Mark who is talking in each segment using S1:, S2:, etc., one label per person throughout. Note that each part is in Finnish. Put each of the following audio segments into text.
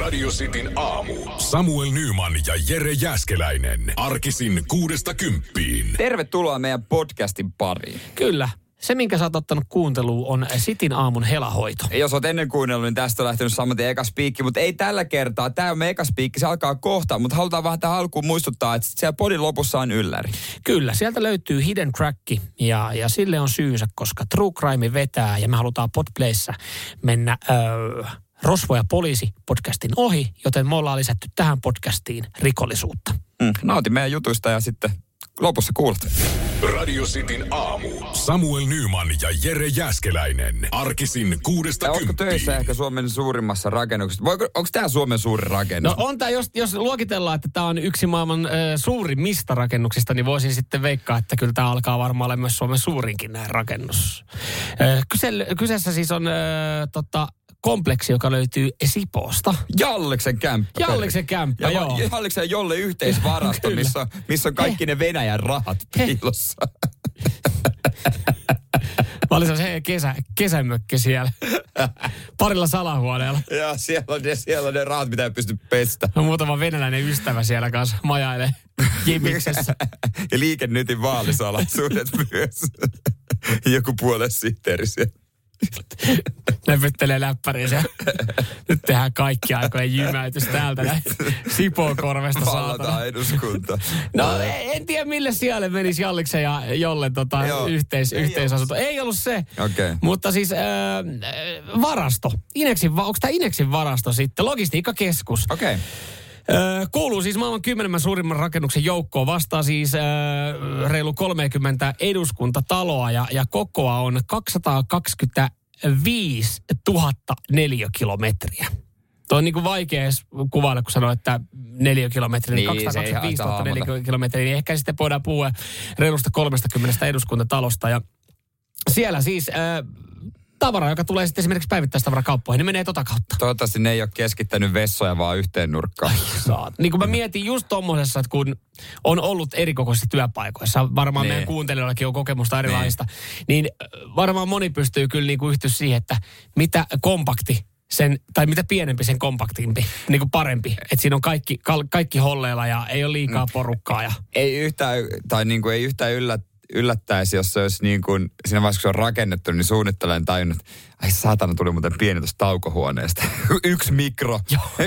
S1: Radio Cityn aamu. Samuel Nyman ja Jere Jäskeläinen. Arkisin kuudesta kymppiin.
S2: Tervetuloa meidän podcastin pariin.
S3: Kyllä. Se, minkä sä oot ottanut kuunteluun, on Sitin aamun helahoito.
S2: Jos oot ennen kuunnellut, niin tästä on lähtenyt saman tien eka spiikki, mutta ei tällä kertaa. Tämä on meidän eka spiikki, se alkaa kohta, mutta halutaan vähän tähän alkuun muistuttaa, että sit siellä podin lopussa on ylläri.
S3: Kyllä, sieltä löytyy Hidden Track ja, ja sille on syynsä, koska True Crime vetää ja me halutaan Podplayssä mennä öö, Rosvo ja poliisi podcastin ohi, joten me ollaan lisätty tähän podcastiin rikollisuutta.
S2: Mm. Nauti meidän jutuista ja sitten lopussa kuulet.
S1: Radio Cityn aamu. Samuel Nyman ja Jere Jäskeläinen. Arkisin kuudesta
S2: Ja onko
S1: kymppiin.
S2: töissä ehkä Suomen suurimmassa rakennuksessa? Voiko, onko tämä Suomen suurin rakennus?
S3: No on tämä, jos, jos luokitellaan, että tämä on yksi maailman ö, suurimmista rakennuksista, niin voisin sitten veikkaa, että kyllä tämä alkaa varmaan olla myös Suomen suurinkin nää rakennus. Ö, kysel, kyseessä siis on ö, tota, kompleksi, joka löytyy Sipoosta.
S2: Jalleksen kämppä.
S3: Jalleksen kämppä,
S2: ja
S3: joo.
S2: Jalleksen ja Jolle yhteisvarasto,
S3: Kyllä.
S2: missä, missä on kaikki ne Venäjän rahat
S3: Heh.
S2: piilossa.
S3: Mä olin se kesä, kesämökki siellä, parilla salahuoneella.
S2: ja siellä on, ne, siellä on ne rahat, mitä ei pysty pestä.
S3: On muutama venäläinen ystävä siellä kanssa majailee Jibiksessä.
S2: ja liikennytin vaalisalaisuudet myös. Joku puolen sihteeri siellä.
S3: Läpyttelee läppäriä siellä. Nyt tehdään kaikki aikojen jymäytys täältä näin. Sipokorvesta No saatana.
S2: Vallataan eduskunta.
S3: No e- en tiedä mille sijalle menisi Jalliksen ja Jolle tota,
S2: Joo.
S3: yhteis,
S2: Ei
S3: yhteisasunto. Ei ollut se.
S2: Okei.
S3: Mutta siis äh, äh, varasto. Ineksin, va- onko tämä Ineksin varasto sitten? Logistiikkakeskus.
S2: Okei. Okay.
S3: Öö, Kuuluu siis maailman kymmenemmän suurimman rakennuksen joukkoon. Vastaa siis öö, reilu 30 eduskuntataloa ja, ja kokoa on 225 000 neliökilometriä. Tuo on niin kuin vaikea edes kuvailla, kun sanoo, että neliökilometriä, niin,
S2: Niin,
S3: niin
S2: se ei
S3: 225
S2: haittaa
S3: 000
S2: hahmota.
S3: neliökilometriä, niin ehkä sitten voidaan puhua reilusta 30 eduskuntatalosta. Ja siellä siis öö, tavara, joka tulee sitten esimerkiksi päivittäistavarakauppoihin, niin menee tota kautta.
S2: Toivottavasti ne ei ole keskittänyt vessoja vaan yhteen nurkkaan.
S3: saat. Niin kun mä mietin just tommosessa, että kun on ollut erikokoisissa työpaikoissa, varmaan
S2: Niin.
S3: meidän kuuntelijoillakin on kokemusta erilaista, niin äh, varmaan moni pystyy kyllä niin kuin yhtyä siihen, että mitä kompakti sen, tai mitä pienempi sen kompaktimpi, niin kuin parempi. Että siinä on kaikki, kal, kaikki holleilla ja ei ole liikaa porukkaa. Ja,
S2: Ei yhtään, tai niin kuin ei yhtään yllä, yllättäisi, jos se olisi niin kuin, siinä vaiheessa, kun se on rakennettu, niin suunnittelen tajunnut, ai saatana tuli muuten pieni tuosta taukohuoneesta. yksi mikro,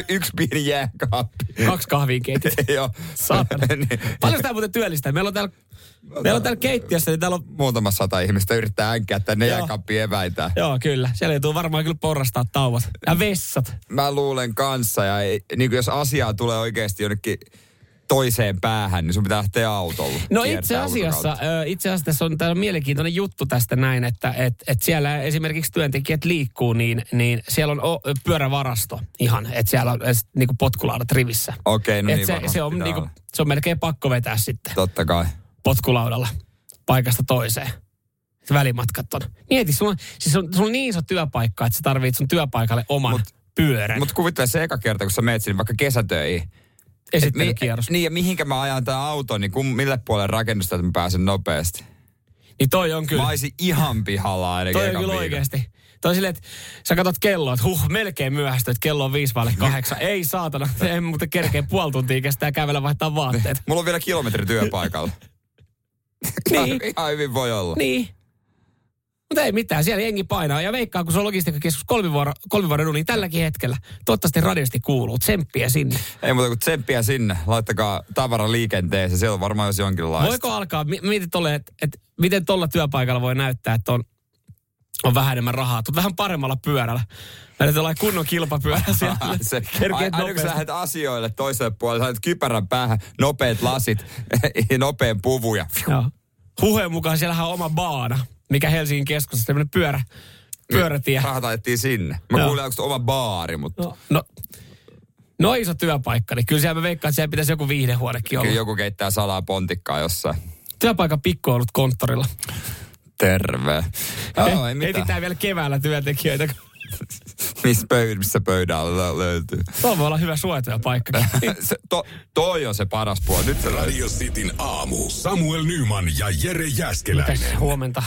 S2: yksi pieni jääkaappi.
S3: kaksi kahvia keitit.
S2: Joo.
S3: No. Saatana.
S2: Niin.
S3: Paljon tämä muuten työllistää? Meillä on täällä, meillä on täällä keittiössä, niin täällä on
S2: muutama sata ihmistä yrittää änkää tänne
S3: Joo.
S2: jääkaappiin eväitä.
S3: Joo, kyllä. Siellä joutuu varmaan kyllä porrastaa tauot. Ja vessat.
S2: Mä luulen kanssa, ja ei, niin kuin jos asiaa tulee oikeasti jonnekin toiseen päähän, niin sun pitää lähteä autolla.
S3: No
S2: Kiertää
S3: itse asiassa,
S2: ulkokautta.
S3: ö, itse asiassa tässä on, täällä on mielenkiintoinen juttu tästä näin, että et, et siellä esimerkiksi työntekijät liikkuu, niin, niin siellä on o, pyörävarasto ihan, että siellä on et, niinku potkulaudat rivissä.
S2: Okei, no
S3: et
S2: niin
S3: se,
S2: varmasti
S3: se, on
S2: pitää
S3: niinku,
S2: olla.
S3: se on melkein pakko vetää sitten
S2: Totta kai.
S3: potkulaudalla paikasta toiseen. Se Välimatkat on. Mieti, sulla on, siis on, sulla on niin iso työpaikka, että sä tarvit sun työpaikalle oman
S2: Mut-
S3: Mut, pyörän. Mut,
S2: Mutta kuvittele se eka kerta, kun sä meet sinne vaikka kesätöihin. Et mi-
S3: Esittelykierros.
S2: niin, ja mihinkä mä ajan tämän auton, niin kun, mille puolelle rakennusta, että mä pääsen nopeasti.
S3: niin toi on kyllä.
S2: Mä olisin ihan pihalla ainakin
S3: Toi on
S2: ekan
S3: kyllä
S2: viikon.
S3: oikeasti. Toi on silleen, että sä katsot kelloa, että huh, melkein myöhästyt, että kello on viisi
S2: Niin.
S3: vaille kahdeksan. Ei saatana, en muuten kerkeä puoli tuntia kestää kävellä vaihtaa vaatteet.
S2: Mulla on vielä kilometri työpaikalla.
S3: niin,
S2: ihan hyvin voi olla.
S3: niin. Mutta ei mitään, siellä jengi painaa. Ja veikkaa, kun se on logistiikkakeskus kolmivuoro, kolmivuoron niin tälläkin hetkellä. Toivottavasti radiosti kuuluu, tsemppiä sinne.
S2: Ei muuta kuin tsemppiä sinne. Laittakaa tavara liikenteeseen. Siellä on varmaan jos jonkinlaista.
S3: Voiko alkaa, mi- mietit tolle, että et, miten tuolla työpaikalla voi näyttää, että on, on vähän enemmän rahaa. Tuut vähän paremmalla pyörällä. Meillä tulee kunnon kilpapyörä siellä.
S2: Se, ai,
S3: Kerkeet
S2: aina kun sä
S3: nopeasti.
S2: lähdet asioille toiselle puolelle, sä laitat kypärän päähän, nopeat lasit, ja nopean puvun ja
S3: Joo. Huheen mukaan siellähän on oma baana, mikä Helsingin keskustassa, tämmöinen pyörä, pyörätie.
S2: rahat ajettiin sinne. Mä
S3: Joo.
S2: kuulin, onko se oma baari, mutta
S3: No, no, no iso työpaikka, niin kyllä siellä mä veikkaan, että siellä pitäisi joku viihdehuonekin olla.
S2: kyllä joku keittää salaa pontikkaa jossain.
S3: Työpaikan pikku on ollut konttorilla.
S2: Terve. Joo, ei mitään.
S3: Etsitään vielä keväällä työntekijöitä. kun
S2: Missä pöydä, missä pöydällä lö- löytyy.
S3: Tuo voi olla hyvä suojatyöpaikka.
S2: Se, to, toi on se paras puoli. Nyt se löytyy.
S1: Radio Cityn aamu. Samuel Nyman ja Jere Jäskeläinen.
S3: Mitäs huomenta?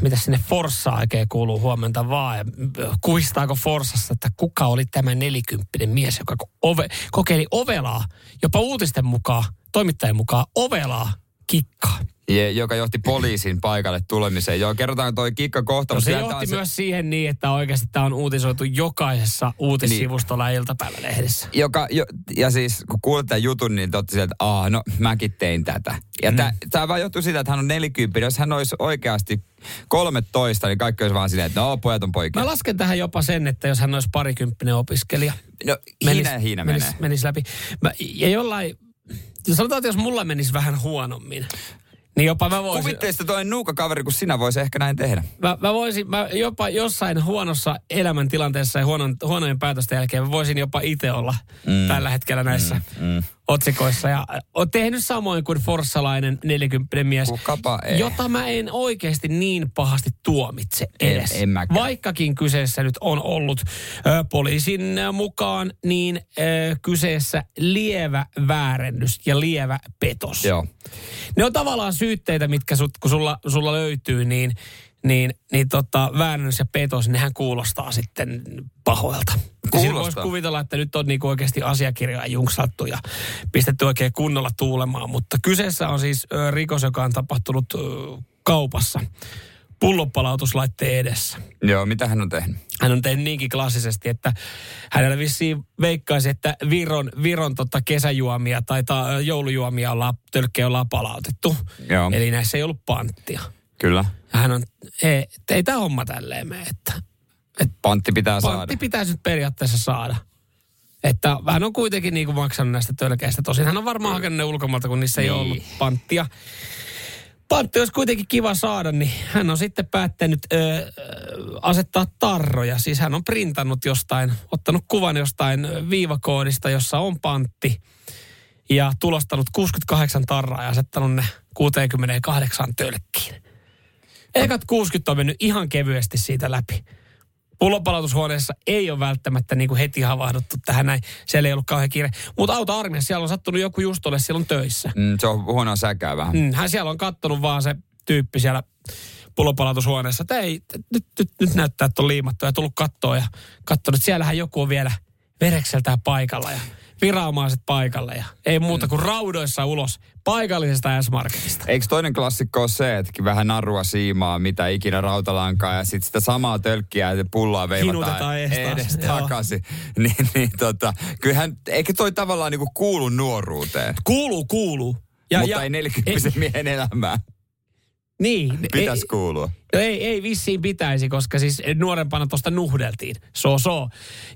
S3: mitä sinne Forssa oikein kuuluu huomenta vaan. Ja kuistaako Forsassa, että kuka oli tämä nelikymppinen mies, joka ko- ove, kokeili ovelaa, jopa uutisten mukaan, toimittajien mukaan, ovelaa kikkaa. No
S2: Je, joka johti poliisin paikalle tulemiseen. Joo, kerrotaan toi kikka kohta.
S3: No
S2: mutta
S3: se
S2: sieltä on
S3: johti myös siihen niin, että oikeasti tämä on uutisoitu jokaisessa uutissivustolla ja iltapäivälehdessä.
S2: joka, jo, ja siis kun kuulet tämän jutun, niin te olette sieltä, että aah, no mäkin tein tätä. Ja mm. tämä vaan johtuu siitä, että hän on 40. Jos hän olisi oikeasti 13, niin kaikki olisi vaan silleen, että no pojat on poikia.
S3: Mä lasken tähän jopa sen, että jos hän olisi parikymppinen opiskelija,
S2: No
S3: menis-
S2: hiina ja hiina
S3: menis,
S2: menee.
S3: Menis läpi. Mä, ja jollain, ja sanotaan, että jos mulla menisi vähän huonommin, niin jopa mä voisin...
S2: Kuvitteista toinen nuuka kaveri, kun sinä voisi ehkä näin tehdä.
S3: Mä, mä voisin, mä jopa jossain huonossa elämäntilanteessa ja huonon, huonojen päätösten jälkeen mä voisin jopa itse olla mm. tällä hetkellä näissä mm, mm. otsikoissa. Ja äh, oon tehnyt samoin kuin forssalainen 40 mies,
S2: Kukapa ei.
S3: jota mä en oikeasti niin pahasti tuomitse edes.
S2: en mäkään.
S3: Vaikkakin kyseessä nyt on ollut ö, poliisin ö, mukaan, niin ö, kyseessä lievä väärennys ja lievä petos
S2: Joo.
S3: ne on tavallaan syytteitä, mitkä sut, kun sulla, sulla löytyy, niin, niin, niin tota, väännös ja petos, nehän kuulostaa sitten pahoilta. Ja siinä voisi
S2: Kuulostaa.
S3: kuvitella, että nyt on niinku oikeasti asiakirjaa junksattu ja pistetty oikein kunnolla tuulemaan, mutta kyseessä on siis ö, rikos, joka on tapahtunut ö, kaupassa pullonpalautuslaitteen edessä.
S2: Joo, mitä hän on tehnyt?
S3: Hän on tehnyt niinkin klassisesti, että hänellä vissiin veikkaisi, että Viron, Viron tota kesäjuomia tai ta, joulujuomia on la, tölkkejä on lapalautettu.
S2: Joo.
S3: Eli näissä ei ollut panttia.
S2: Kyllä.
S3: Ja Hän on, ei, et ei tämä homma tälleen mene, että
S2: Pantti pitää saada.
S3: pantti pitäisi nyt periaatteessa saada. Että hän on kuitenkin niin kuin maksanut näistä tölkeistä. Tosin hän on varmaan hakenut ne ulkomailta, kun niissä ei
S2: Niin.
S3: ollut panttia. Pantti olisi kuitenkin kiva saada, niin hän on sitten päättänyt ö, ö, asettaa tarroja. Siis hän on printannut jostain, ottanut kuvan jostain ö, viivakoodista, jossa on pantti. Ja tulostanut 68 tarraa ja asettanut ne 68 tölkkiin. Ekat 60 on mennyt ihan kevyesti siitä läpi pullonpalautushuoneessa ei ole välttämättä niin kuin heti havahduttu tähän näin. Siellä ei ollut kauhean kiire. Mutta auta armeijassa siellä on sattunut joku just ole silloin töissä.
S2: Mm, se on huonoa säkää vähän.
S3: Mm, hän siellä on kattonut vaan se tyyppi siellä pullonpalautushuoneessa. Että ei, t- nyt, nyt, nyt näyttää, että on liimattu ja tullut kattoon ja katsonut. Siellähän joku on vielä verekseltään paikalla ja viranomaiset paikalle ja ei
S2: Mm.
S3: muuta kuin raudoissa ulos paikallisesta S-Marketista.
S2: Eikö toinen klassikko ole se, että vähän narua siimaa, mitä ikinä rautalankaa, ja sitten sitä samaa tölkkiä ja pullaa veivataan
S3: Hinutetaan ees taas,
S2: edes
S3: joo.
S2: takaisin. niin, niin tota, kyllähän, eikö toi tavallaan niinku kuulu nuoruuteen?
S3: Kuuluu, kuuluu.
S2: Ja, Mutta ja, ei 40
S3: ei-
S2: miehen elämään.
S3: Niin.
S2: Pitäisi
S3: ei-
S2: kuulua.
S3: No ei, ei vissiin pitäisi, koska siis nuorempana tuosta nuhdeltiin. So, so.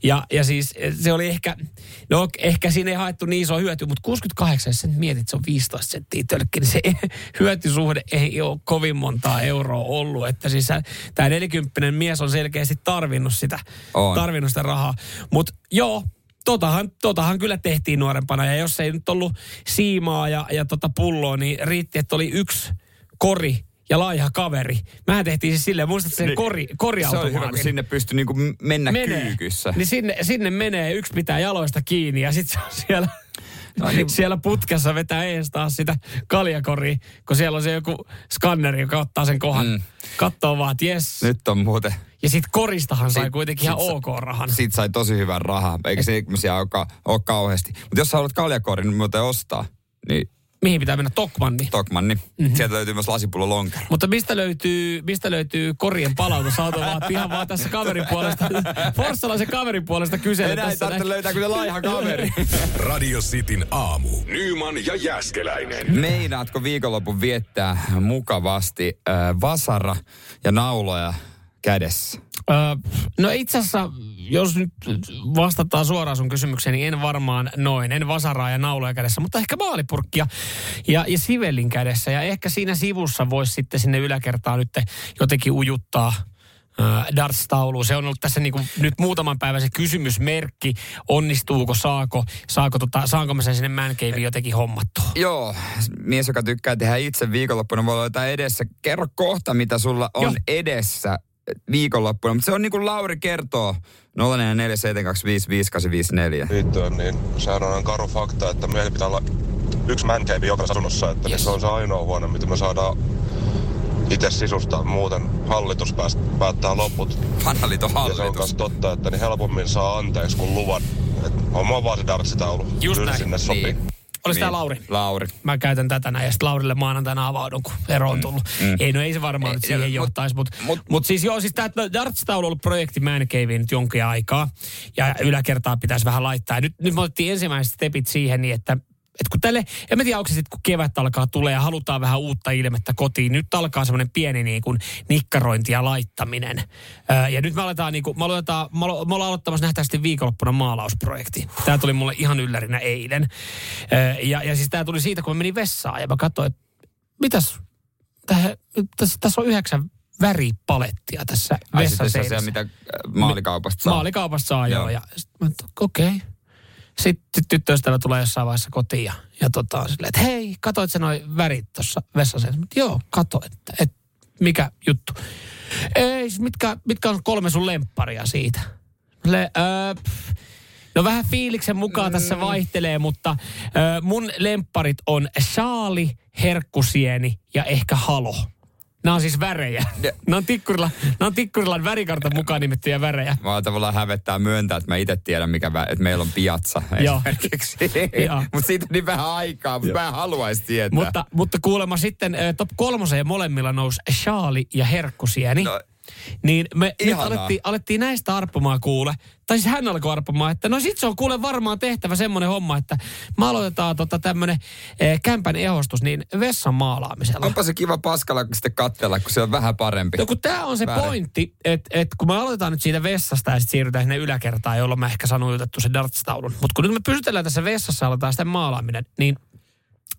S3: Ja, ja siis se oli ehkä, no ehkä siinä ei haettu niin iso hyöty, mutta 68, jos sä nyt mietit, se on 15 senttiä tölkki, niin se hyötysuhde ei ole kovin montaa euroa ollut. Että siis tämä 40 mies on selkeästi tarvinnut sitä,
S2: On.
S3: tarvinnut sitä rahaa. Mutta joo, Totahan, totahan kyllä tehtiin nuorempana ja jos ei nyt ollut siimaa ja, ja tota pulloa, niin riitti, että oli yksi kori ja laiha kaveri. Mähän tehtiin siis silleen, muistatko sen niin, kori,
S2: Se oli hyvä, kun
S3: koriautomaatin?
S2: sinne pystyi niinku m- mennä menee. kyykyssä.
S3: Niin sinne, sinne menee, yksi pitää jaloista kiinni ja sitten se on siellä, no niin. siellä putkassa vetää ees taas sitä kaljakoria, kun siellä on se joku skanneri, joka ottaa sen kohan. Mm. Katsoo vaan, että jes.
S2: Nyt on muuten.
S3: Ja sitten koristahan sai
S2: Niin. Sit-
S3: kuitenkin ihan
S2: sit sa-
S3: ok rahan.
S2: Siitä sai tosi hyvän rahaa, eikä se ihmisiä ole, ka- ole kauheasti. Mutta jos sä haluat kaljakorin niin muuten ostaa, niin
S3: Mihin pitää mennä? Tokmanni.
S2: Tokmanni.
S3: Mhm.
S2: Mm-hmm. Sieltä löytyy myös lasipullo lonkero.
S3: Mutta mistä löytyy, mistä löytyy korien palautusautomaat? Ihan vaan tässä kaverin puolesta, forssalaisen kaverin puolesta kyselen
S2: Enää ei
S3: tässä.
S2: tarvitse
S3: näin.
S2: löytää kyllä laiha kaveri.
S1: Radio Cityn aamu. Nyman ja Jäskeläinen.
S2: Meinaatko viikonlopun viettää mukavasti äh, vasara ja nauloja kädessä?
S3: Ö, no itse asiassa, jos nyt vastataan suoraan sun kysymykseen, niin en varmaan noin. En vasaraa ja nauloja kädessä, mutta ehkä maalipurkkia ja, ja sivelin kädessä. Ja ehkä siinä sivussa voisi sitten sinne yläkertaan nyt jotenkin ujuttaa ö, darts-taulu. Se on ollut tässä niin kuin nyt muutaman päivän se kysymysmerkki, onnistuuko, saako, saako tota, saanko mä sen sinne man caveen jotenkin hommattua.
S2: Joo, mies, joka tykkää tehdä itse viikonloppuna, voi olla jotain edessä. Kerro kohta, mitä sulla on
S3: Joo.
S2: Joo. edessä viikonloppuna. Mutta se on niin kuin Lauri kertoo, 0447255854.
S4: liittyen, niin sehän on karu fakta, että meillä pitää olla yksi man cave jokaisessa asunnossa, että niin
S3: Yes.
S4: yes. se on se ainoa huone, mitä me saadaan itse sisustaa. Muuten hallitus pääst, päättää loput.
S2: Vanha liiton
S4: Ja se on myös
S2: hallitus.
S4: totta, että niin helpommin saa anteeksi kuin luvan. Et homma vaan se dartsitaulu.
S3: Just
S4: Kyllä
S3: näin.
S4: sinne sopii.
S2: Niin.
S3: Olis tää
S2: Niin.
S3: Lauri?
S2: Lauri.
S3: Mä käytän tätä näin ja sitten Laurille maanantaina avaudun, kun ero on tullut. Mm. Ei, no ei se varmaan ei, nyt
S2: Ei,
S3: siihen
S2: mut-
S3: johtaisi, mutta mut,
S2: mut-
S3: mut siis joo, siis tämä Dartstaulu on ollut projekti Man Caveen nyt jonkin aikaa ja yläkertaa pitäisi vähän laittaa. Ja nyt, nyt me otettiin ensimmäiset stepit siihen, niin että et kun tälle, en mä tiedä, onko se sitten kun kevät alkaa tulee ja halutaan vähän uutta ilmettä kotiin, nyt alkaa semmoinen pieni niin kuin nikkarointi ja laittaminen. Öö, ja nyt me aletaan, niin kuin, me, aloitetaan, me alo- me ollaan aloittamassa nähtävästi viikonloppuna maalausprojekti. Tämä tuli mulle ihan yllärinä eilen. Öö, ja, ja siis tämä tuli siitä, kun mä menin vessaan ja mä katsoin, että mitäs, täh- tässä, tässä on yhdeksän väripalettia tässä
S2: Ai sitten se
S3: vessaseinässä.
S2: asia, mitä äh, maalikaupasta saa.
S3: Maalikaupasta saa joo.
S2: Joo.
S3: Ja sitten mä ajattelin, okei. Okay. Sitten tyttöystävä tulee jossain vaiheessa kotiin ja, ja tota, on silleen, että hei, katoit sä noi värit tuossa vessaseen? Mä, joo, katoin. Että, et, mikä juttu? Ei, siis mitkä, mitkä on kolme sun lempparia siitä? Le, öö, pff. no vähän fiiliksen mukaan tässä vaihtelee, mutta öö, mun lempparit on saali, herkkusieni ja ehkä halo. Nämä on siis värejä. Nämä on Tikkurilla, nämä on Tikkurilan värikartan mukaan nimettyjä värejä.
S2: Mä tavallaan hävettää myöntää, että mä itse tiedän, mikä vä- että meillä on piatsa
S3: Joo.
S2: esimerkiksi.
S3: Joo.
S2: mutta siitä on niin vähän aikaa, mutta mä haluaisin tietää.
S3: Mutta, mutta kuulemma sitten eh, top kolmoseen molemmilla nousi Shaali ja Herkkusieni. No,
S2: No,
S3: niin me nyt
S2: ihanaa.
S3: alettiin, alettiin näistä arppumaan kuule. Tai siis hän alkoi arppumaan, että no sit se on kuule varmaan tehtävä semmoinen homma, että me aloitetaan tota tämmönen eh, kämpän ehostus niin vessan maalaamisella.
S2: onpa se kiva paskalla sitten katsella, kun se on vähän parempi.
S3: No kun tämä on se
S2: Väärin.
S3: pointti, että et kun me aloitetaan nyt siitä vessasta ja sitten siirrytään sinne yläkertaan, jolloin mä ehkä sanon jutettu sen dartstaulun. Mutta kun nyt me pysytellään tässä vessassa ja aletaan sitten maalaaminen, niin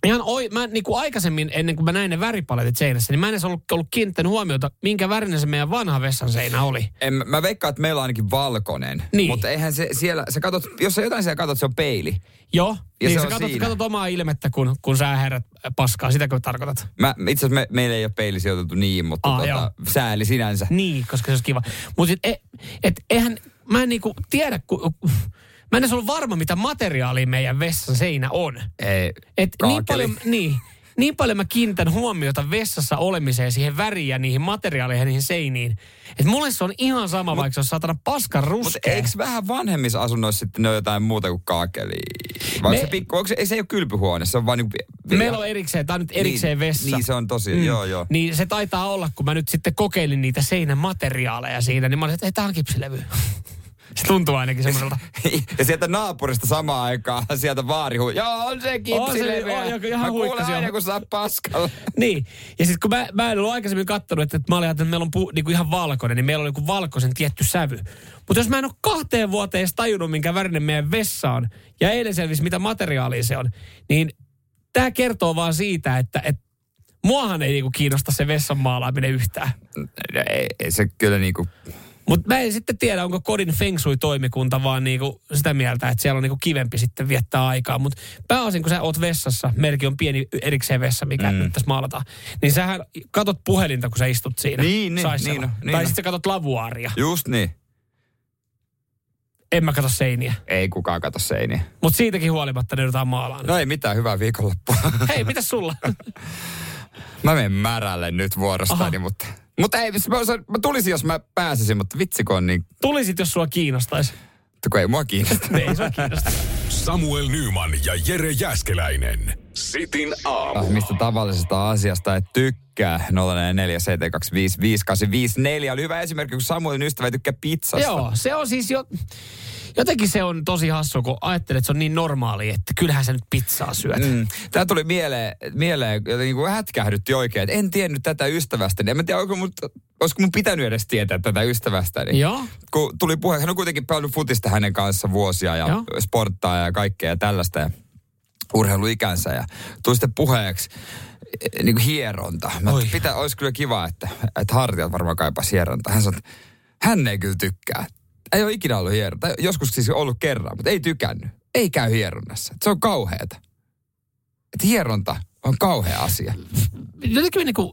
S3: ihan oi, mä niin kuin aikaisemmin, ennen kuin mä näin ne väripaletit seinässä, niin mä en edes ollut, ollut kiinnittänyt huomiota, minkä värinen se meidän vanha vessan seinä oli.
S2: En, mä veikkaan, että meillä on ainakin valkoinen.
S3: Niin.
S2: Mutta eihän se siellä, sä katot, jos sä jotain siellä katot, se on peili.
S3: Joo, ja niin
S2: se
S3: sä
S2: on
S3: katot,
S2: siinä.
S3: katot omaa ilmettä, kun, kun sä herät paskaa, sitäkö tarkoitat?
S2: Mä, itse asiassa me, meillä ei ole peili sijoitettu niin, mutta
S3: Ah,
S2: ah, tota,
S3: joo.
S2: sääli sinänsä.
S3: Niin, koska se olisi kiva. Mutta et, et, eihän, mä en niinku tiedä, kun, mä en edes ollut varma, mitä materiaalia meidän vessan seinä on.
S2: Ei,
S3: Et niin,
S2: kaakeli.
S3: paljon, niin, niin paljon mä kiinnitän huomiota vessassa olemiseen, siihen väriin ja niihin materiaaleihin ja niihin seiniin. Että mulle se on ihan sama, mut, vaikka se on saatana paskan
S2: Mutta
S3: ruskea.
S2: eikö vähän vanhemmissa asunnoissa sitten ne ole jotain muuta kuin kaakeli? Vai
S3: Me-
S2: me... se pikku, onko se, ei se ei ole kylpyhuone, se on vaan niinku...
S3: Meillä on erikseen, tää on nyt erikseen
S2: niin,
S3: vessa.
S2: Niin se on tosi, mm. joo joo.
S3: Niin se taitaa olla, kun mä nyt sitten kokeilin niitä seinämateriaaleja siinä, niin mä olin, että ei, tää on kipsilevy. se tuntuu ainakin semmoiselta.
S2: ja Niin sieltä naapurista samaan aikaan sieltä vaari hui. Joo, on se kipsileveä.
S3: on, joo, ihan
S2: Mä
S3: huikka
S2: kuulen
S3: se on.
S2: aina, kun saa paskalla.
S3: Niin. Ja sitten kun mä, mä en ollut aikaisemmin kattonut, että, että mä olin ajatellut, että meillä on pu, niinku ihan valkoinen, niin meillä on niinku valkoisen tietty sävy. Mutta jos mä en ole kahteen vuoteen edes tajunnut, minkä värinen meidän vessa on, ja eilen selvisi, mitä materiaalia se on, niin tämä kertoo vaan siitä, että et, muahan ei niinku kiinnosta se vessan maalaaminen yhtään.
S2: No ei, ei se kyllä niinku...
S3: Mutta mä en sitten tiedä, onko kodin feng shui-toimikunta vaan niinku sitä mieltä, että siellä on niinku kivempi sitten viettää aikaa. Mutta pääosin, kun sä oot vessassa, meilläkin on pieni erikseen vessa, mikä mm. nyt tässä maalataan, niin sähän katot puhelinta, kun sä istut siinä.
S2: Niin, niin,
S3: saisella.
S2: niin on, niin
S3: Tai
S2: on.
S3: sitten sä katot lavuaaria.
S2: Just niin.
S3: En mä kato seiniä.
S2: Ei kukaan kato seiniä.
S3: Mutta siitäkin huolimatta ne joudutaan maalaan.
S2: No ei mitään, hyvää viikonloppua.
S3: Hei, mitä sulla?
S2: mä menen märälle nyt vuorostani,
S3: Aha.
S2: mutta... Mutta ei, se- mä, se- mä tulisin, jos mä pääsisin, mutta vitsikon niin...
S3: Tulisit, jos sua kiinnostaisi.
S2: Kun ei mua kiinnosta.
S3: Ei sua kiinnosta.
S1: Samuel Nyman ja Jere Jäskeläinen. Sitin aamu.
S2: Ah, mistä tavallisesta asiasta et tykkää. 047255854 oli hyvä esimerkki, kun Samuelin ystävä ei tykkää pizzasta.
S3: Joo, se on siis jo... Jotenkin se on tosi hassu, kun ajattelet, että se on niin normaali, että kyllähän sä nyt pizzaa syöt.
S2: Mm. Tämä tuli mieleen, mieleen joten niin kuin hätkähdytti oikein, että en tiennyt tätä ystävästäni. En mä tiedä, onko mun, olisiko mun pitänyt edes tietää tätä ystävästäni.
S3: Joo.
S2: Kun tuli puhe, hän on kuitenkin pelannut futista hänen kanssa vuosia ja
S3: Joo.
S2: Joo. sporttaa ja kaikkea ja tällaista ja urheiluikänsä. Ja tuli sitten puheeksi eh, niin kuin hieronta. Mä
S3: Oi.
S2: ajattelin, pitää, olisi kyllä kiva, että, että hartiat varmaan kaipaa hieronta. Hän sanoi, että hän ei kyllä tykkää. Ei ole ikinä ollut hieronta. Joskus siis ollut kerran, mutta ei tykännyt. Ei käy hieronnassa. Se on kauheeta että hieronta on kauhea asia.
S3: jotenkin niin kuin,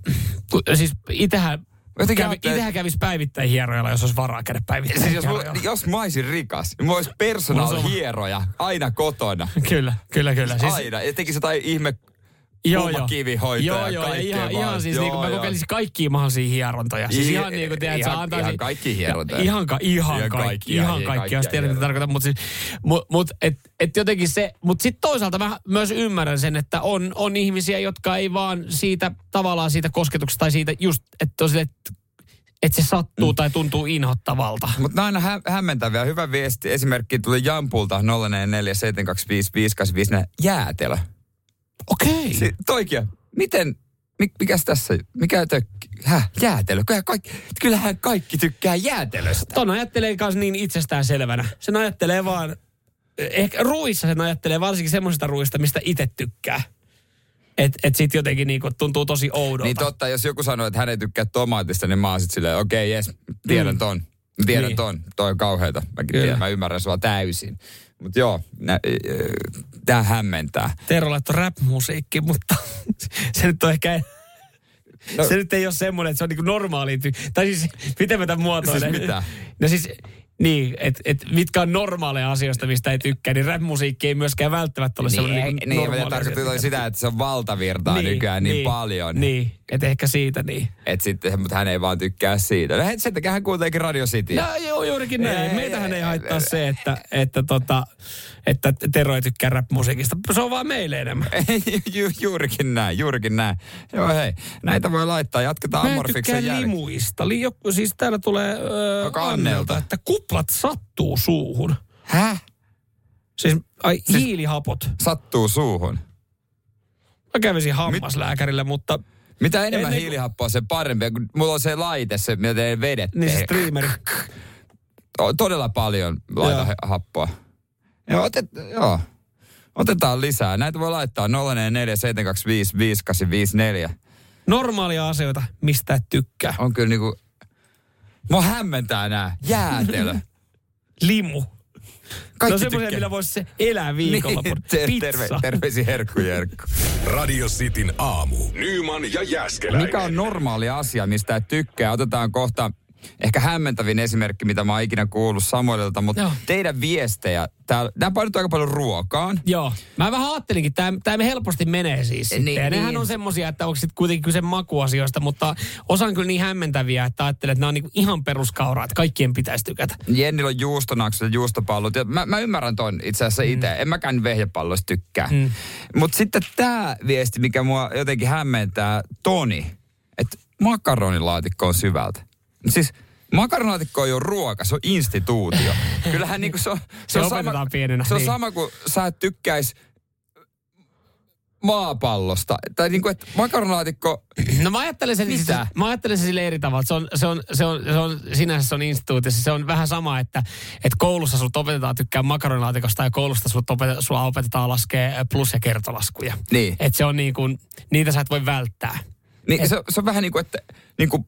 S3: siis itähän,
S2: Jotenkin
S3: kävi,
S2: pitää-
S3: itähän kävisi päivittäin hierojalla, jos olisi varaa käydä päivittäin
S2: Siis jos, mulla,
S3: hierojalla.
S2: jos mä olisin rikas, niin mulla olisi
S3: Mulla
S2: personal
S3: on sama.
S2: hieroja aina kotona.
S3: Kyllä, kyllä, kyllä.
S2: Siis
S3: Siis,
S2: aina. Ja tekisi jotain ihme
S3: Joo,
S2: Kuuma
S3: joo.
S2: kivihoitaja,
S3: Joo, joo, ja
S2: kaikkea
S3: ihan,
S2: vaan.
S3: ihan siis
S2: Joo,
S3: niin kuin mä
S2: joo.
S3: kokeilisin kaikkia mahdollisia hierontoja. Siis
S2: I-
S3: ihan niin kuin tiedät, että sä
S2: ihan-
S3: antaisin...
S2: ihan kaikki hierontoja.
S3: Ihan, ka- ihan,
S2: Ihan
S3: ihan kaikki,
S2: kaikkia,
S3: ihan
S2: ei
S3: kaikki, jos
S2: kaikkia
S3: tiedät, mitä
S2: hierontoja.
S3: tarkoitan. Mutta siis, mut, mut, et, et jotenkin se, mutta sitten toisaalta mä myös ymmärrän sen, että on, on ihmisiä, jotka ei vaan siitä tavallaan siitä kosketuksesta tai siitä just, että on sille, että et se sattuu tai tuntuu inhottavalta.
S2: Mutta nämä on aina hä- hämmentäviä. Hyvä viesti. Esimerkki tuli Jampulta 0447255854 jäätelö.
S3: Okei.
S2: Si- toikia. Miten, mi- mikäs tässä, mikä tökki? Häh, jäätelö. Kyllähän kaikki, kyllähän kaikki tykkää jäätelöstä.
S3: Ton ajattelee myös niin itsestään selvänä. Sen ajattelee vaan, ehkä ruissa sen ajattelee varsinkin semmoisesta ruista, mistä itse tykkää. Että et sit jotenkin niinku tuntuu tosi oudolta.
S2: Niin totta, jos joku sanoo, että hän ei tykkää tomaatista, niin mä oon sit silleen, okei, okay, jes, tiedän
S3: Mm.
S2: ton. Tiedän
S3: Niin.
S2: ton. Toi on kauheeta. Mäkin
S3: Kyllä.
S2: tiedän, mä ymmärrän sua täysin. Mutta joo, nä, ö, ö, tää hämmentää.
S3: Tero laittoi rap-musiikki, mutta se nyt on ehkä...
S2: No.
S3: No. Se nyt ei ole semmoinen, että se on niinku normaali. Ty- tai siis, miten mä tämän muotoilen?
S2: Siis mitä?
S3: No siis, niin, että et, mitkä on normaaleja asioista, mistä ei tykkää, niin rap-musiikki ei myöskään välttämättä ole semmoinen
S2: ei-
S3: niinku
S2: niin
S3: normaali
S2: mä
S3: asia,
S2: tarkoitan
S3: että-
S2: sitä, että se on valtavirtaa niin, nykyään niin, niin paljon.
S3: Niin, että ehkä siitä niin.
S2: Et sitten, mutta hän ei vaan tykkää siitä. No sen takia hän kuunteekin Radio City.
S3: No joo, juurikin näin.
S2: Niin. Ei,
S3: Meitähän ei
S2: ei,
S3: haittaa se, että, että, tota, että Tero ei tykkää rap-musiikista. Se on vaan meille enemmän.
S2: Ju, juurikin näin, juurikin näin. Joo hei, näitä voi laittaa. Jatketaan
S3: Mä en tykkää
S2: Amorfiksen jälkeen.
S3: limuista. Li, joku, siis täällä tulee ö,
S2: Joka
S3: Annelta,
S2: Annelta.
S3: että kuplat sattuu suuhun.
S2: Häh?
S3: Siis, ai, siis, hiilihapot.
S2: Sattuu suuhun.
S3: Mä kävisin hammaslääkärillä, mutta
S2: Mitä enemmän
S3: Ennen kuin-
S2: hiilihappoa, se parempi. Kun Mulla on se laite, se, mitä te vedette.
S3: niin se streameri.
S2: O- Todella paljon laita
S3: Joo.
S2: he- happoa. Joo, otet, joo. Otetaan lisää. Näitä voi laittaa 0447255854.
S3: Normaalia asioita, mistä et tykkää.
S2: On kyllä niinku... Mua hämmentää nää. Jäätelö.
S3: No Limu.
S2: Kaikki
S3: no semmoisia,
S2: tykkää.
S3: millä voisi se elää viikonloppuun.
S2: Niin, ter-
S3: Pizza.
S2: terve, terveisi herkku, herkku.
S1: Radio Cityn aamu. Nyman ja Jäskeläinen.
S2: Mikä on normaali asia, mistä et tykkää? Otetaan kohta ehkä hämmentävin esimerkki, mitä mä oon ikinä kuullut Samuelilta, mutta
S3: Joo.
S2: teidän viestejä, täällä, nämä painottuu aika paljon ruokaan.
S3: Joo. Mä vähän ajattelinkin, tämä, tämä helposti menee siis sitten.
S2: Niin,
S3: Niin, ja nehän
S2: niin.
S3: on semmosia, että onko sitten kuitenkin kyse makuasioista, mutta osa on kyllä niin hämmentäviä, että ajattelee, että nämä on niinku ihan peruskauraa, että kaikkien pitäisi tykätä.
S2: Jennillä on juustonakset ja juustopallot. Ja mä, mä ymmärrän ton itse
S3: Mm.
S2: asiassa itse. En mäkään vehjepalloista tykkää. Mm. Mutta sitten tämä viesti, mikä mua jotenkin hämmentää, Toni, että makaronilaatikko on syvältä. Siis makaronilaatikko ei ole ruoka, se on instituutio. Kyllähän niinku se on,
S3: Se opetetaan pienenä,
S2: Se on
S3: niin.
S2: sama kuin sä et tykkäis maapallosta. Tai niinku, että makaronilaatikko,
S3: No mä ajattelen sen,
S2: Mitä?
S3: siis, mä ajattelen sen sille eri tavalla. että Se on, se on, se on, se on, sinänsä se on instituutissa. Se on vähän sama, että, että koulussa sut opetetaan tykkää makaronilaatikosta ja koulusta sut opet, sua opetetaan laskea äh, plus- ja kertolaskuja.
S2: Niin.
S3: Et se on niin kuin, niitä sä et voi välttää.
S2: niin se, se on vähän niinku, että niinku,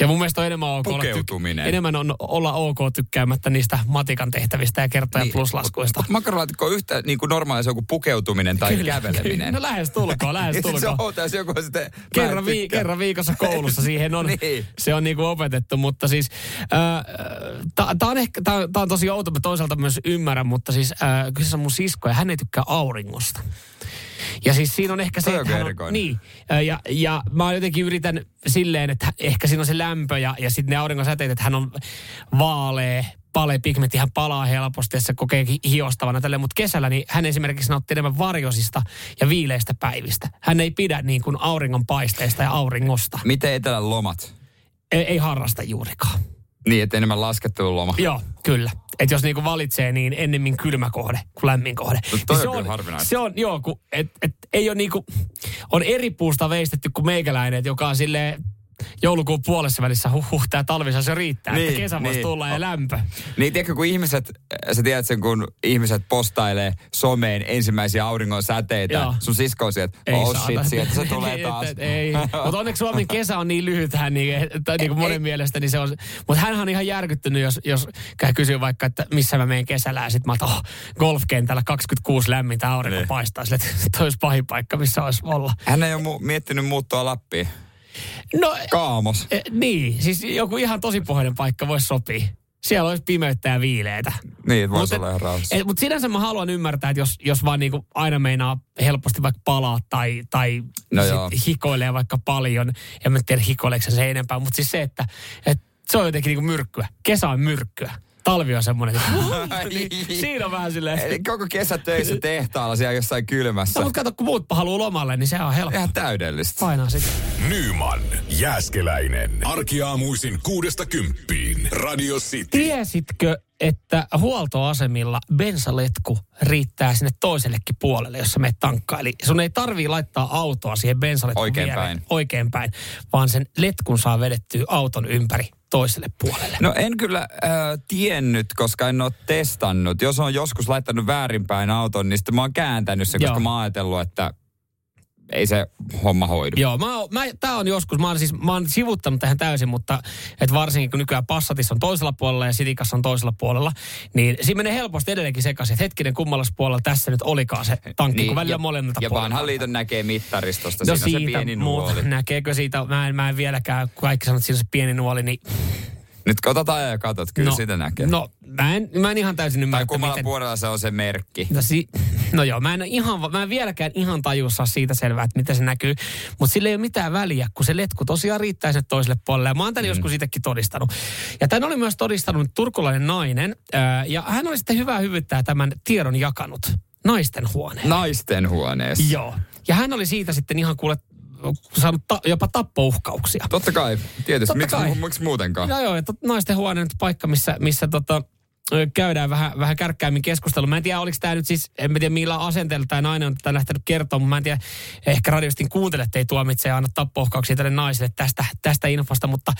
S3: Ja mun mielestä on enemmän ok, olla, tyk-
S2: Pukeutuminen.
S3: enemmän on olla ok tykkäämättä niistä matikan tehtävistä ja kertoja niin, pluslaskuista.
S2: Mutta makaronilaatikko on yhtä niin kuin normaali se on kuin pukeutuminen tai Kyllä. käveleminen.
S3: No lähes tulkoon, lähes
S2: se
S3: tulkoon.
S2: on taas joku on sitten, mä en
S3: Kerran, vi-
S2: tykkää.
S3: kerran viikossa koulussa siihen on,
S2: Niin.
S3: niin. se on niinku opetettu, mutta siis äh, tämä on, ehkä- tää- tää on tosi outo, mä toisaalta myös ymmärrän, mutta siis äh, kyseessä on mun sisko ja hän ei tykkää auringosta. Ja siis siinä on ehkä se,
S2: Toi on
S3: että hän on,
S2: erikoinen.
S3: niin, äh, ja, ja mä jotenkin yritän silleen, että ehkä siinä on se lämpö ja, ja sitten ne aurinkosäteet, että hän on vaalee, paljon pigmentti, hän palaa helposti ja se kokee hi- hiostavana tälle, mutta kesällä niin hän esimerkiksi nautti enemmän varjosista ja viileistä päivistä. Hän ei pidä niin kuin auringon paisteista ja auringosta.
S2: Miten etelän lomat?
S3: Ei, ei harrasta juurikaan.
S2: Niin, että enemmän lasketteluloma.
S3: Joo, kyllä. Et jos niinku valitsee, niin ennemmin kylmä kohde kuin lämmin kohde.
S2: No toi
S3: Niin
S2: on kyllä harvinaista.
S3: se on, joo, kun, et, et, ei ole niinku, on eri puusta veistetty kuin meikäläinen, et joka on sille joulukuun puolessa välissä, huh, huh tää talvisa se riittää, niin,
S2: Niin,
S3: että kesä voisi
S2: niin.
S3: tulla ja lämpö.
S2: Niin, tiedätkö, kun ihmiset, äh, sä tiedät sen, kun ihmiset postailee someen ensimmäisiä auringon säteitä,
S3: Joo.
S2: sun sisko on sieltä, oh shit,
S3: saatana.
S2: sieltä se tulee
S3: Niin, et-
S2: taas.
S3: et- ei. Mutta onneksi Suomen kesä on niin lyhyt, hän niin, että niin kuin monen mielestä, niin se on... Mutta hän on ihan järkyttynyt, jos, jos kä- kysyy vaikka, että missä mä menen kesällä, ja sitten mä oon, että oh, golfkentällä 26 lämmintä aurinko
S2: Niin.
S3: paistaa, sille, että toi olisi pahin paikka, missä olisi olla.
S2: Hän ei ole mu- miettinyt muuttoa Lappiin.
S3: No,
S2: Kaamos.
S3: e, niin, siis joku ihan tosi pohjainen paikka voisi sopia. siellä olisi pimeyttä ja viileitä.
S2: Niin, että voisi
S3: Mut
S2: olla
S3: et-
S2: ihan rauhassa.
S3: et- Mut sinänsä mä haluan ymmärtää, että jos, jos vaan niinku aina meinaa helposti vaikka palaa tai, tai
S2: No joo.
S3: sit hikoilee vaikka paljon. En mä tiedä hikoileeko se sen enempää, mutta siis se, että, että se on jotenkin niinku myrkkyä. Kesä on myrkkyä. Talvi on semmoinen, että niin, siinä on vähän silleen.
S2: Eli koko kesä töissä tehtaalla siellä jossain kylmässä.
S3: No, mutta kato, kun muut haluaa lomalle, niin se on helppo.
S2: Ihan täydellistä.
S3: Painaa sitten.
S1: Nyman, Jääskeläinen. Arkiaamuisin kuudesta kymppiin. Radio City.
S3: Tiesitkö, että huoltoasemilla bensaletku riittää sinne toisellekin puolelle, jossa me tankkaa. Eli sun ei tarvii laittaa autoa siihen bensaletkun
S2: Oikein
S3: viereen,
S2: päin.
S3: oikein päin, vaan sen letkun saa vedettyä auton ympäri toiselle puolelle.
S2: No en kyllä äh, tiennyt, koska en ole testannut. Jos on joskus laittanut väärinpäin auton, niin sitten mä oon kääntänyt sen, koska
S3: Joo.
S2: mä oon ajatellut, että ei se homma hoidu.
S3: Joo, mä, oon- mä, tää on joskus, mä oon siis, mä oon sivuttanut tähän täysin, mutta et varsinkin kun nykyään Passatissa on toisella puolella ja Sitikassa on toisella puolella, niin siinä menee helposti edelleenkin sekaisin, että hetkinen kummalla puolella tässä nyt olikaan se tankki, niin, kun välillä
S2: ja,
S3: molemmilta
S2: ja
S3: puolilta.
S2: vanhan liiton näkee mittaristosta, no siinä on se pieni
S3: muuta.
S2: nuoli.
S3: Näkeekö siitä, mä en, mä en vieläkään, kun kaikki sanoo, että siinä on se pieni nuoli, niin...
S2: Nyt otetaan ja katsot, kyllä
S3: no,
S2: sitä näkee.
S3: No, mä en, mä en ihan täysin ymmärrä,
S2: tai
S3: että
S2: kummalla
S3: miten...
S2: puolella se on se merkki.
S3: No, si, no joo, mä en, ole ihan, va- mä en vieläkään ihan tajussa siitä selvää, että miten se näkyy. Mutta sillä ei ole mitään väliä, kun se letku tosiaan riittää sinne toiselle puolelle. Ja mä oon tämän mm. joskus siitäkin todistanut. Ja tämän oli myös todistanut turkulainen nainen. ää, Ja hän oli sitten hyvää hyvyyttää tämän tiedon jakanut naisten huoneen.
S2: Naisten huoneessa.
S3: Joo. Ja hän oli siitä sitten ihan kuule saanut ta- jopa tappouhkauksia.
S2: Totta kai, tietysti.
S3: Totta
S2: Miksi
S3: kai.
S2: mu- miksi muutenkaan?
S3: No joo, että naisten huone on nyt paikka, missä, missä tota, ö, käydään vähän, vähän kärkkäämmin keskustelua. Mä en tiedä, oliko tämä nyt siis, en mä tiedä millä asenteella tämä nainen on tätä lähtenyt kertomaan, mutta mä en tiedä, ehkä radiostin kuuntelet, ei tuomitse ja anna tappohkauksia tälle naiselle tästä, tästä infosta, mutta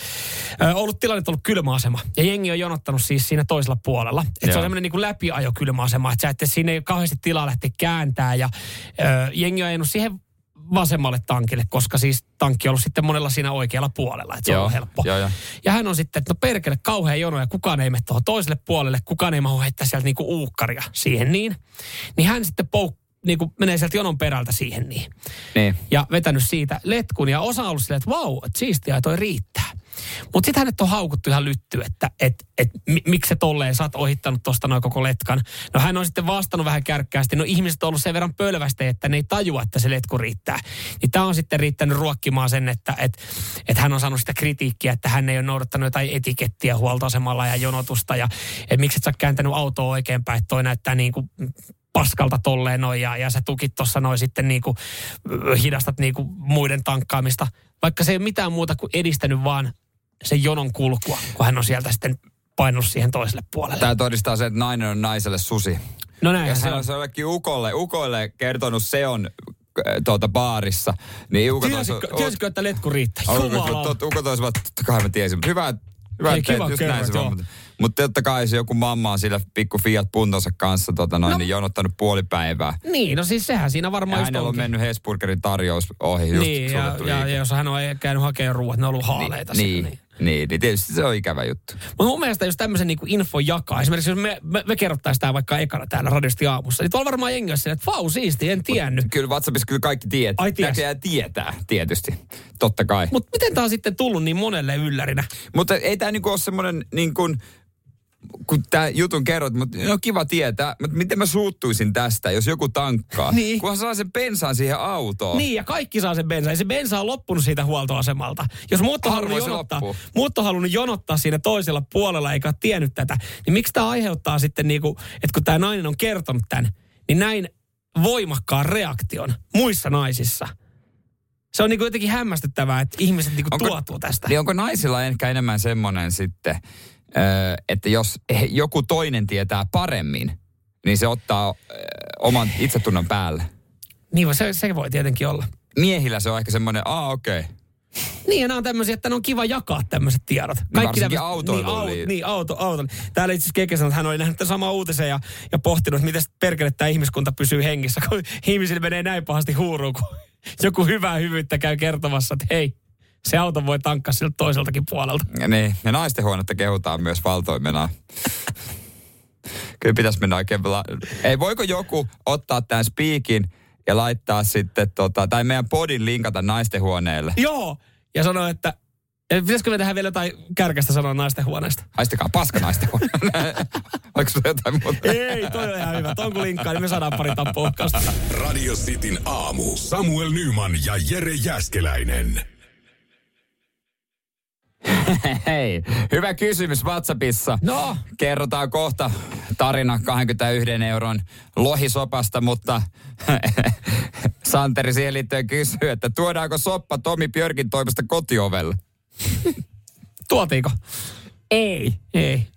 S3: ö, ollut tilanne että on ollut kylmäasema. Ja jengi on jonottanut siis siinä toisella puolella. Et se
S2: Joo.
S3: on semmoinen niin läpiajo kylmäasema, että sä ette, siinä ei ole kauheasti tilaa lähteä kääntää ja ö, jengi on ajanut siihen vasemmalle tankille, koska siis tankki on ollut sitten monella siinä oikealla puolella, että se on
S2: Joo,
S3: ollut helppo.
S2: joo, joo.
S3: Ja hän on sitten, että no perkele, kauhean jono ja kukaan ei mene tuohon toiselle puolelle, kukaan ei mahu heittää sieltä niinku uukkaria siihen niin. Niin hän sitten pouk, niinku menee sieltä jonon perältä siihen niin.
S2: Niin.
S3: Ja vetänyt siitä letkun ja osa on ollut silleen, että vau, että siistiä ja toi riittää. Mutta sitten hänet on haukuttu ihan lytty, että et, et, mi, miksi se tolleen, sä oot ohittanut tosta noin koko letkan. No hän on sitten vastannut vähän kärkkäästi, no ihmiset on ollut sen verran pölvästi, että ne ei tajua, että se letku riittää. Niin tämä on sitten riittänyt ruokkimaan sen, että et, et hän on saanut sitä kritiikkiä, että hän ei ole noudattanut jotain etikettiä huoltoasemalla ja jonotusta. Ja et miksi et sä oot kääntänyt autoa oikeinpäin, että toi näyttää niin kuin paskalta tolleen noin ja, ja sä tukit tuossa noin sitten niinku, ö, hidastat niinku muiden tankkaamista. Vaikka se ei ole mitään muuta kuin edistänyt vaan sen jonon kulkua, kun hän on sieltä sitten painunut siihen toiselle puolelle.
S2: Tämä todistaa se, että nainen on naiselle susi.
S3: No näin
S2: Jos
S3: se
S2: hän
S3: on.
S2: on se jollekin ukolle, ukolle kertonut se on äh, tuota baarissa, niin ukot
S3: Tiesitkö, tiesitkö, että letku riittää? Jumala.
S2: olisivat, ukot olisivat, totta kai mä tiesin, mutta hyvä, hyvä
S3: Ei,
S2: että
S3: kiva
S2: teet just
S3: kerrot,
S2: näin se
S3: joo.
S2: vaan. Mutta, mutta totta kai se joku mamma on sillä pikku fiat puntonsa kanssa tota noin,
S3: No.
S2: no. niin jonottanut puoli päivää.
S3: Niin, no siis sehän siinä
S2: Ja
S3: varmaan just
S2: hänellä on
S3: onkin.
S2: mennyt Hesburgerin tarjous ohi just
S3: Niin, ja,
S2: suljettu
S3: ja,
S2: liike.
S3: ja, jos hän on käynyt hakemaan ruoat, ne on ollut haaleita
S2: niin,
S3: siinä,
S2: niin, niin, niin, tietysti se on ikävä juttu.
S3: Mutta mun mielestä jos tämmöisen niin info jakaa, esimerkiksi jos me, me, me kerrottaisiin tämä vaikka ekana täällä radiosti aamussa, niin tuolla varmaan jengi olisi silleen, että vau, siisti, en tiennyt.
S2: Kyllä WhatsAppissa kyllä kaikki tietää.
S3: Ai, ties.
S2: Näköjään tietää, tietysti. Totta kai.
S3: Mutta miten tämä on sitten tullut niin monelle yllärinä?
S2: Mutta ei tämä niinku ole semmoinen, niinku, kun tämä jutun kerrot, mutta no kiva tietää, mutta miten mä suuttuisin tästä, jos joku tankkaa?
S3: Niin.
S2: Kunhan saa sen bensan siihen autoon.
S3: Niin, ja kaikki saa sen bensan. Ja se bensa on loppunut siitä huoltoasemalta. Jos muut on,
S2: Harvoin
S3: halunnut
S2: se
S3: jonottaa,
S2: loppuu.
S3: muut on halunnut jonottaa siinä toisella puolella eikä ole tiennyt tätä, niin miksi tämä aiheuttaa sitten, niinku, että kun tämä nainen on kertonut tämän, niin näin voimakkaan reaktion muissa naisissa. Se on niinku jotenkin hämmästyttävää, että ihmiset niinku tuotuu tästä.
S2: Niin onko naisilla ehkä enemmän semmoinen sitten, ö, että jos he- joku toinen tietää paremmin, niin se ottaa ö, oman itsetunnon päälle.
S3: Niin, se, se voi tietenkin olla.
S2: Miehillä se on ehkä semmoinen, aa okei. Okay.
S3: Niin, ja nämä on tämmöisiä, että ne on kiva jakaa tämmöiset tiedot.
S2: varsinkin
S3: tämmöiset-
S2: autoiluun
S3: Niin, au,
S2: liit-
S3: niin auto, auto. Täällä itse asiassa Keke sanoi, että hän oli nähnyt tämän saman uutisen ja, ja pohtinut, että miten perkele tämä ihmiskunta pysyy hengissä, kun ihmisillä menee näin pahasti huuruun, kun joku hyvää hyvyyttä käy kertomassa, että hei, se auto voi tankkaa siltä toiseltakin puolelta.
S2: Ja, niin, ja naisten huonetta kehutaan myös valtoimena. Kyllä pitäisi mennä oikein... La- Ei, voiko joku ottaa tämän spiikin ja laittaa sitten, tota, tai meidän podin linkata naisten huoneelle?
S3: Joo, ja sanoi, että Eh, Pitäisikö me tehdä vielä jotain kärkästä sanoa naisten huoneesta?
S2: Haistakaa paska naisten huoneeseen. Oliko sulla jotain muuta?
S3: Ei, toi on ihan hyvä. Tuon kun linkkaa, niin me saadaan pari tappaa uhkausta.
S1: Radio Cityn aamu. Samuel Nyman ja Jere Jäskeläinen.
S2: Hei, hyvä kysymys WhatsAppissa.
S3: No?
S2: Kerrotaan kohta tarina 21 euron lohisopasta, mutta Santeri siihen liittyen kysyy, että tuodaanko soppa Tomi Björkin toimesta kotiovelle?
S3: Tuotiinko?
S2: Ei.
S3: Ei.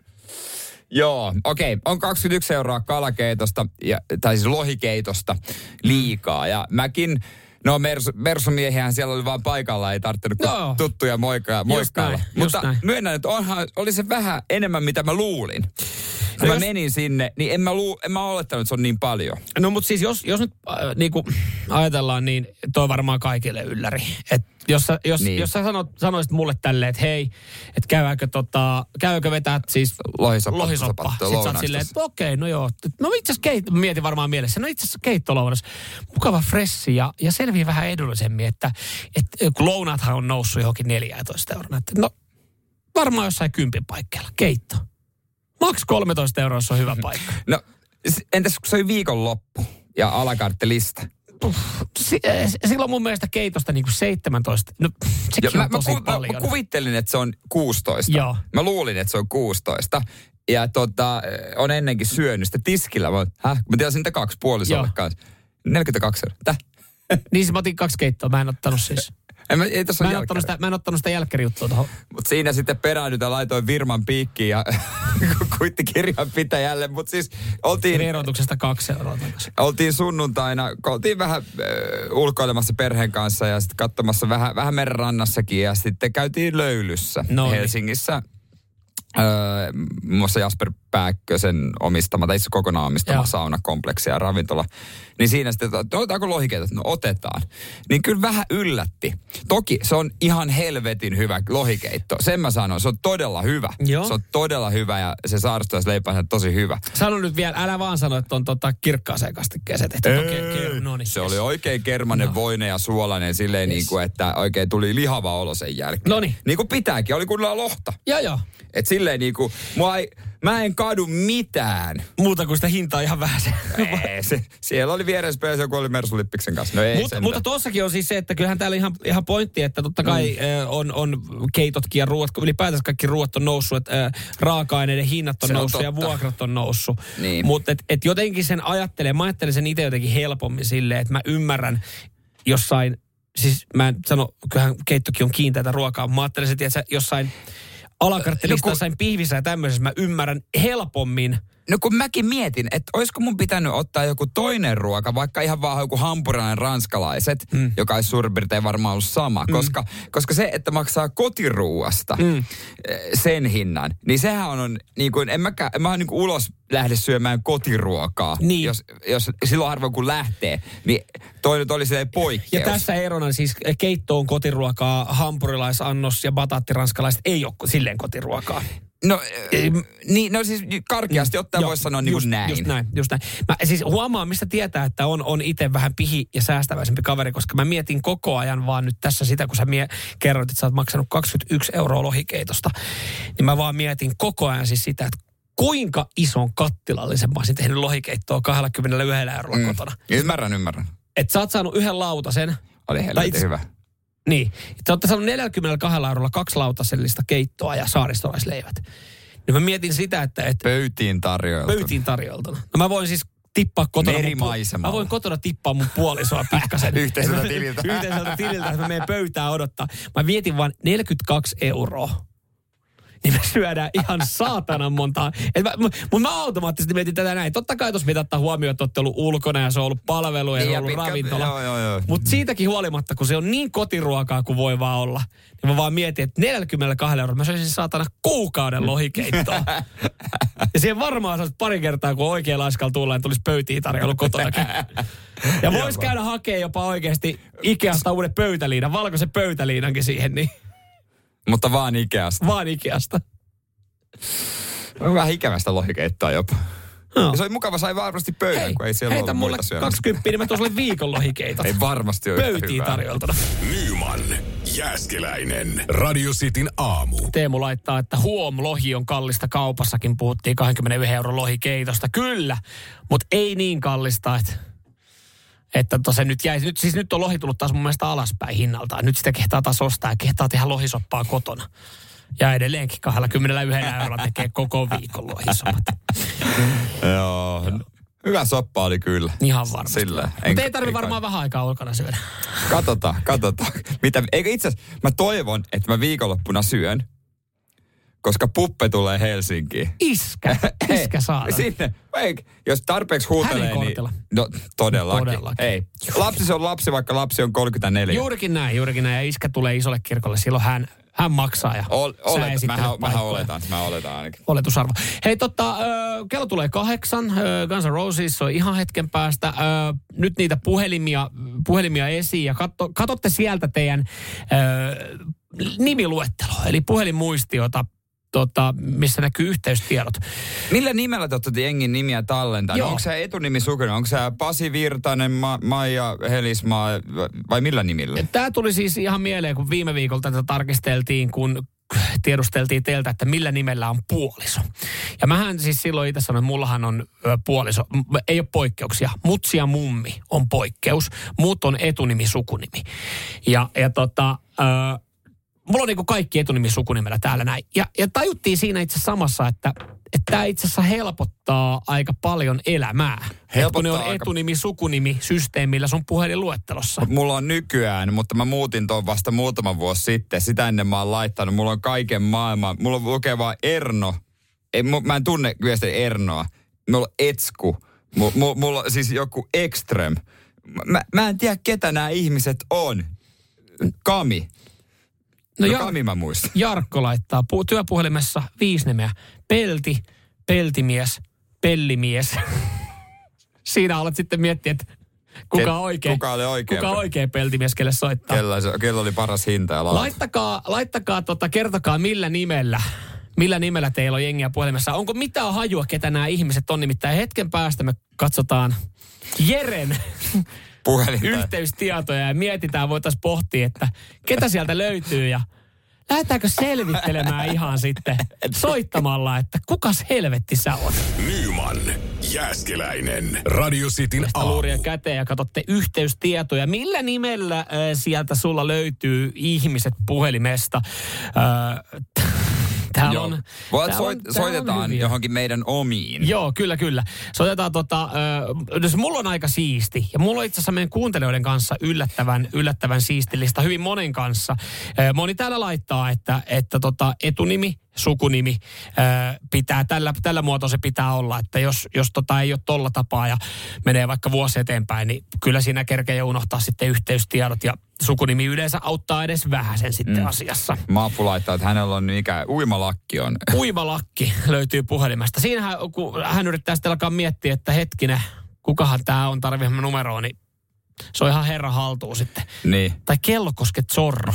S2: Joo, okei. Okay. On 21 euroa kalakeitosta, ja, tai siis lohikeitosta liikaa. Ja mäkin, no mers, mersumiehiähän siellä oli vaan paikalla, ei tarvinnut
S3: Joo.
S2: no. tuttuja moikkaa, moikkailla.
S3: näin, just
S2: Mutta
S3: näin.
S2: myönnän, että onhan, oli se vähän enemmän, mitä mä luulin. Kun
S3: No
S2: mä
S3: jos-
S2: menin sinne, niin en mä, luu, en mä olettanut, että se on niin paljon.
S3: No mutta siis jos, jos nyt äh, niinku, ajatellaan, niin toi varmaan kaikille ylläri. Et jos, sä, jos,
S2: Niin.
S3: niin. jos sä sanot, sanoisit mulle tälleen, että hei, että käydäänkö, tota, käydäänkö vetää siis
S2: Lohisoppa-
S3: lohisoppa.
S2: soppa-
S3: Sitten sä oot
S2: lounaasta.
S3: silleen, että okei, no joo. No itse asiassa keit, mietin varmaan mielessä, no itse asiassa keittolounas. Mukava fressi ja, ja selvii vähän edullisemmin, että et, äh, kun lounaathan on noussut johonkin 14 euroa. Että, no varmaan jossain kympin paikkeilla, keitto. Maks 13 euroa, se on hyvä paikka.
S2: No, s- entäs kun se oli viikonloppu ja alakarttelista?
S3: Si- eh, silloin mun mielestä keitosta niinku 17. No, pff, sekin
S2: mä,
S3: on tosi
S2: mä, ku-
S3: paljon.
S2: Mä, mä kuvittelin, että se on 16.
S3: Joo.
S2: Mä luulin, että se on 16. Ja tota, on ennenkin syönyt sitä tiskillä. Mä, oon, häh? mä tilasin niitä kaksi puolisolle
S3: Joo.
S2: kanssa. 42 euroa. Täh?
S3: niin siis mä otin kaksi keittoa, mä en ottanut siis.
S2: En mä, ei tässä
S3: Mä
S2: ole
S3: en, ottanut
S2: jälkeä.
S3: sitä, mä en ottanut sitä jälkkärijuttua tuohon.
S2: Mut siinä sitten peräännyt ja laitoin firman piikkiin ja kuittikirjan pitäjälle. Mut siis oltiin,
S3: Erotuksesta kaksi euroa takaisin.
S2: oltiin sunnuntaina, kun oltiin vähän äh, ulkoilemassa perheen kanssa ja sitten katsomassa vähän, vähän merenrannassakin ja sitten käytiin löylyssä
S3: No niin.
S2: Helsingissä. Öö, muun muassa Jasper Pääkkösen omistama, tai itse kokonaan omistama
S3: Joo.
S2: Joo. saunakompleksi ja ravintola. Niin siinä sitten, että otetaanko lohikeita? No otetaan. Niin kyllä vähän yllätti. Toki se on ihan helvetin hyvä lohikeitto. Sen mä sanon, se on todella hyvä.
S3: Joo.
S2: Se on todella hyvä ja se saaristujaisleipä on tosi hyvä.
S3: Sano nyt vielä, älä vaan sano, että on tota kirkkaaseen kastikkeeseen tehty. Okei, kerro, no niin.
S2: Se
S3: yes.
S2: oli oikein kermanen, no. voine ja suolainen silleen, yes. niin kuin, että oikein tuli lihava olo sen jälkeen.
S3: Noniin.
S2: Niin kuin pitääkin, oli kuulla lohta.
S3: Joo, joo.
S2: Et silleen niin kuin, mua ei, mä en kadu mitään.
S3: Muuta kuin sitä hintaa ihan vähän.
S2: Ei, se, siellä oli vieressä pöydässä, joku oli Mersulippiksen kanssa. No ei
S3: Mut,
S2: sentään.
S3: mutta tuossakin on siis se, että kyllähän täällä ihan, ihan pointti, että totta kai mm. ö, on, on keitotkin ja ruoat, ylipäätänsä kaikki ruoat on noussut, että ö, raaka-aineiden hinnat on
S2: Se on
S3: noussut ja
S2: totta.
S3: vuokrat on noussut.
S2: Niin.
S3: Mutta et, et jotenkin sen ajattelee, mä ajattelen sen itse jotenkin helpommin silleen, että mä ymmärrän jossain, siis mä en sano, kyllähän keittokin on kiinteätä ruokaa, mutta mä ajattelen että tiedätkö, jossain alakarttelista
S2: No kun-
S3: jossain pihvissä ja tämmöisessä mä ymmärrän helpommin.
S2: No kun mäkin mietin, että olisiko mun pitänyt ottaa joku toinen ruoka, vaikka ihan vaan joku hampurilainen ranskalaiset, mm. joka ei suurin piirtein varmaan ollut sama. Mm. Koska, koska se, että maksaa kotiruuasta mm. sen hinnan, niin sehän on, niin kuin, en mä, en mä niin kuin ulos lähde syömään kotiruokaa.
S3: Niin.
S2: Jos, jos silloin harvoin kun lähtee, niin toi nyt oli silleen
S3: Ja
S2: poikkeus.
S3: tässä erona siis keitto on kotiruokaa, hampurilaisannos ja batattiranskalaiset ei ole silleen kotiruokaa.
S2: No, eh, niin, no siis karkeasti ottaen
S3: Mm. Joo,
S2: voisi sanoa niin
S3: just,
S2: kuin näin.
S3: Just näin, just näin. Mä siis huomaan, mistä tietää, että on, on itse vähän pihi ja säästäväisempi kaveri, koska mä mietin koko ajan vaan nyt tässä sitä, kun sä mie- kerroit, että sä oot maksanut 21 euroa lohikeitosta, niin mä vaan mietin koko ajan siis sitä, että kuinka ison kattilallisen mä olisin tehnyt lohikeittoa 21 eurolla mm. kotona.
S2: Ymmärrän, ymmärrän.
S3: Että sä oot saanut yhden lautasen,
S2: Oli helvetin
S3: itse-
S2: hyvä.
S3: niin. Te olette saanut 42 eurolla kaksi lautasellista keittoa ja saaristolaisleivät. Niin mä mietin sitä, että, että
S2: Pöytiin tarjoiltu.
S3: pöytiin tarjoltana. No mä voin siis tippaa kotona. mun pu-
S2: Merimaisemalla.
S3: Mä voin kotona tippaa mun puolisoa pikkasen.
S2: Yhteiseltä tililtä.
S3: Yhteiseltä tililtä, että mä menen pöytään odottaa. Mä vietin vaan 42 euroa. Niin me syödään ihan saatanan montaa. Et mä, mutta mä automaattisesti mietin tätä näin. Totta kai tuossa pitää ottaa huomioon, että olette ollut ulkona ja se on ollut palvelu ja,
S2: Niin,
S3: se
S2: ja
S3: on ollut
S2: pitkä-
S3: ravintola.
S2: joo, joo, joo.
S3: Mutta siitäkin huolimatta, kun se on niin kotiruokaa kuin voi vaan olla, niin mä vaan mietin, että 42 euroa mä söisin saatana kuukauden lohikeittoa. ja siihen varmaan saat pari kertaa, kun oikein laiskalla tulla, niin tulisi pöytiin tarjolla kotonakin. Ja vois käydä hakemaan jopa oikeasti Ikeasta uuden pöytäliinan, valkoisen pöytäliinankin siihen, niin
S2: Mutta vaan Ikeasta.
S3: vaan Ikeasta.
S2: On vähän ikävästä lohikeittoa jopa.
S3: No.
S2: Ja se oli mukava, sai varmasti pöydän, kun ei siellä
S3: heitä
S2: ollut
S3: mulle
S2: muita syömässä.
S3: 20, niin mä tuon sulle viikon lohikeitot.
S2: Ei varmasti ole yhtä
S3: Pöytiin
S2: hyvää.
S3: tarjoltana.
S1: Nyman Jääskeläinen. Radio Cityn aamu.
S3: Teemu laittaa, että huom, lohi on kallista kaupassakin. Puhuttiin 21 euron lohikeitosta. Kyllä, mutta ei niin kallista, että, että to se nyt jäisi. Nyt, siis nyt on lohi tullut taas mun mielestä alaspäin hinnaltaan. Nyt sitä kehtaa taas ostaa ja kehtaa tehdä lohisoppaa kotona. Ja edelleenkin 21 eurolla tekee koko viikon lohisopat.
S2: Joo. Hyvä soppa oli kyllä.
S3: Ihan varmasti.
S2: Sillä.
S3: Mutta ei tarvi varmaan vähän aikaa ulkona syödä.
S2: Katsotaan, katsotaan. Mitä, eikö itse asiassa, mä toivon, että mä viikonloppuna syön, koska puppe tulee Helsinkiin.
S3: Iskä, iskä saa.
S2: Sinne. Ei, jos tarpeeksi huutelee,
S3: Hänen
S2: niin...
S3: kortilla.
S2: No todellakin.
S3: Todellakin.
S2: Ei. Lapsi se on lapsi, vaikka lapsi on 34.
S3: Juurikin näin, juurikin näin. Ja iskä tulee isolle kirkolle, silloin hän, hän maksaa ja
S2: Ol,
S3: sä
S2: olet,
S3: esittelet
S2: mähän, mähän
S3: paikkoja.
S2: oletan, mä oletan ainakin.
S3: Oletusarvo. Hei totta, ö, kello tulee kahdeksan, ö, Guns N' Roses on ihan hetken päästä. Ö, Nyt niitä puhelimia, puhelimia esiin ja katso, katsotte sieltä teidän ö, nimiluettelo, eli puhelinmuistiota, tota, missä näkyy yhteystiedot.
S2: Millä nimellä te olette jengin nimiä tallentanut?
S3: Joo.
S2: Onko se etunimi sukunimi? Onko se Pasi Virtanen, Ma, Maija Helismaa vai millä nimillä?
S3: Tämä tuli siis ihan mieleen, kun viime viikolta tätä tarkisteltiin, kun tiedusteltiin teiltä, että millä nimellä on puoliso. Ja mähän siis silloin itse sanoin, että mullahan on ö, puoliso. M- Ei ole poikkeuksia. Mutsi ja mummi on poikkeus. Muut on etunimi, sukunimi. Ja, ja tota, ö, mulla on niinku kaikki etunimi sukunimellä täällä näin. Ja, ja tajuttiin siinä itse asiassa samassa, että tämä itse asiassa helpottaa aika paljon elämää. Et kun ne on
S2: Helpottaa aika-
S3: etunimi, sukunimi systeemillä sun puhelinluettelossa.
S2: Mulla on nykyään, mutta mä muutin tuon vasta muutama vuosi sitten. Sitä ennen mä oon laittanut. Mulla on kaiken maailman. Mulla lukee vaan Erno. Ei, mu- mä en tunne yleensä Ernoa. Mulla on Etsku. Mulla, mulla on siis joku Extrem. Mä, mä en tiedä, ketä nämä ihmiset on. Kami. No, no
S3: joo.
S2: Kami mä muistan.
S3: Jarkko laittaa pu- työpuhelimessa viisi nimeä. Pelti, peltimies, pellimies. Siinä alat sitten miettiä, että kuka
S2: Ket-
S3: on oikein,
S2: kuka oli oikea
S3: kuka
S2: pel-
S3: oikea peltimies, kelle soittaa.
S2: Kello, se- kello oli paras hinta ja laatu.
S3: Laittakaa, laittakaa tota, kertokaa millä nimellä. Millä nimellä teillä on jengiä puhelimessa? Onko mitään hajua, ketä nämä ihmiset on? Nimittäin hetken päästä me katsotaan Jeren
S2: Puhelin.
S3: yhteystietoja ja mietitään, voitaisiin pohtia, että ketä sieltä löytyy ja lähdetäänkö selvittelemään ihan sitten soittamalla, että kukas helvetti sä on.
S1: Nyman. Jääskeläinen. Radio Cityn
S3: Pistä
S1: aamu.
S3: luuria käteen ja katsotte yhteystietoja. Millä nimellä äh, sieltä sulla löytyy ihmiset puhelimesta? Äh, t- täällä
S2: Joo.
S3: on,
S2: Voi,
S3: täällä
S2: soit,
S3: on- täällä on
S2: soitetaan
S3: hyviä.
S2: johonkin meidän omiin.
S3: Joo, kyllä, kyllä. Soitetaan tota, äh, jos mulla on aika siisti, ja mulla on itse asiassa meidän kuuntelijoiden kanssa yllättävän, yllättävän siistillistä, hyvin monen kanssa. Äh, moni täällä laittaa, että, että tota, etunimi, sukunimi äh, pitää, tällä, tällä muotoa se pitää olla, että jos, jos tota ei ole tolla tapaa ja menee vaikka vuosi eteenpäin, niin kyllä siinä kerkee jo unohtaa sitten yhteystiedot ja sukunimi yleensä auttaa edes vähän sen sitten mm. asiassa.
S2: Maapu laittaa, että hänellä on mikä uimalakki on.
S3: Uimalakki löytyy puhelimesta. Siinähän, kun hän yrittää sitten alkaa miettiä, että hetkinen, kukahan tämä on, tarvitsemme numeroa, niin se on ihan herra haltuun sitten.
S2: Niin.
S3: Tai kellokosket sorro.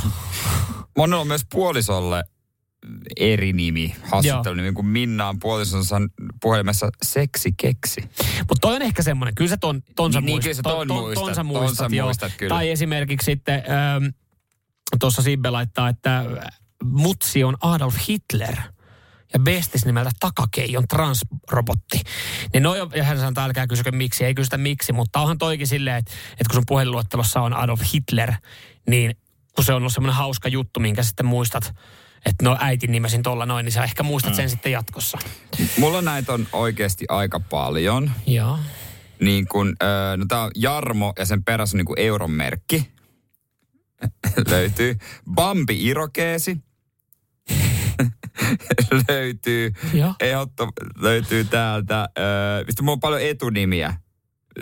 S2: Monella on myös puolisolle eri nimi, haastattelunimi, kun Minna on puolisonsa puhelimessa seksi keksi.
S3: Mutta toi on ehkä semmoinen, kyllä se ton, tonsa
S2: Niin, niin, kyllä
S3: muistat.
S2: se ton muistat,
S3: tonsa
S2: ton
S3: muistat,
S2: sä
S3: joo.
S2: muistat, kyllä.
S3: Tai esimerkiksi sitten, ähm, tuossa Sibbe laittaa, että äh, mutsi on Adolf Hitler ja bestis nimeltä Takakei on transrobotti. Niin noi on, ja hän sanoo, että älkää kysykö miksi, ei kysytä miksi, mutta onhan toikin silleen, että, että kun sun puhelinluettelossa on Adolf Hitler, niin kun se on ollut semmoinen hauska juttu, minkä sitten muistat, että no äitin nimesin tuolla noin, niin sä ehkä muistat
S2: Mm.
S3: sen sitten jatkossa.
S2: Mulla näitä on oikeasti aika paljon.
S3: Joo.
S2: Niin kun, öö, no tää on Jarmo ja sen perässä on niinku euron merkki. löytyy. Bambi Irokeesi. löytyy.
S3: Joo.
S2: Ehdottom- löytyy täältä. Öö, sitten mulla on paljon etunimiä.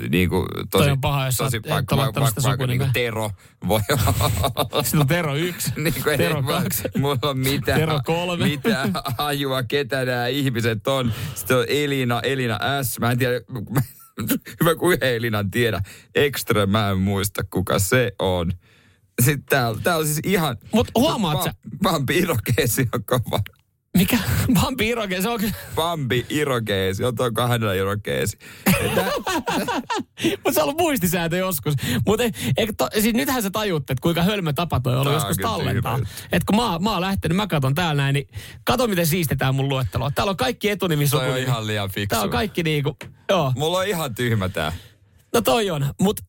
S2: Niin kuin tosi,
S3: Toi on paha, jos
S2: tosi
S3: sä et- et ole laittanut sitä
S2: niin kuin
S3: sukunimeä.
S2: Tero voi olla.
S3: Sitten on Tero yksi,
S2: Niin kuin
S3: Tero
S2: ei,
S3: kaksi.
S2: Mulla on mitään,
S3: Tero kolme.
S2: mitään hajua, ketä nämä ihmiset on. Sitten on Elina, Elina S. Mä en tiedä, hyvä kuin yhden Elinan tiedä. Extra mä en muista, kuka se on. Sitten täällä, täällä on siis ihan...
S3: Mut huomaat sä-
S2: Pampi Irokeesi on kova.
S3: Mikä? Bambi Iroke, se on kyllä.
S2: Bambi, irokeesi, otanko hänellä irokeesi?
S3: Mutta se on ollut muistisääntö joskus. Mutta siis nythän sä tajutte, että kuinka hölmö tapa toi oli
S2: Tää on
S3: joskus
S2: kyllä
S3: tallentaa.
S2: tyhmä
S3: Että kun mä, oon- mä oon lähtenyt, mä katon täällä näin, niin kato miten siistetään mun luetteloa. Täällä on kaikki etunimi,
S2: Toi on
S3: sukunimi.
S2: ihan liian fiksu.
S3: Tää on kaikki niinku, joo.
S2: Mulla on ihan tyhmä tää.
S3: No toi on, mut...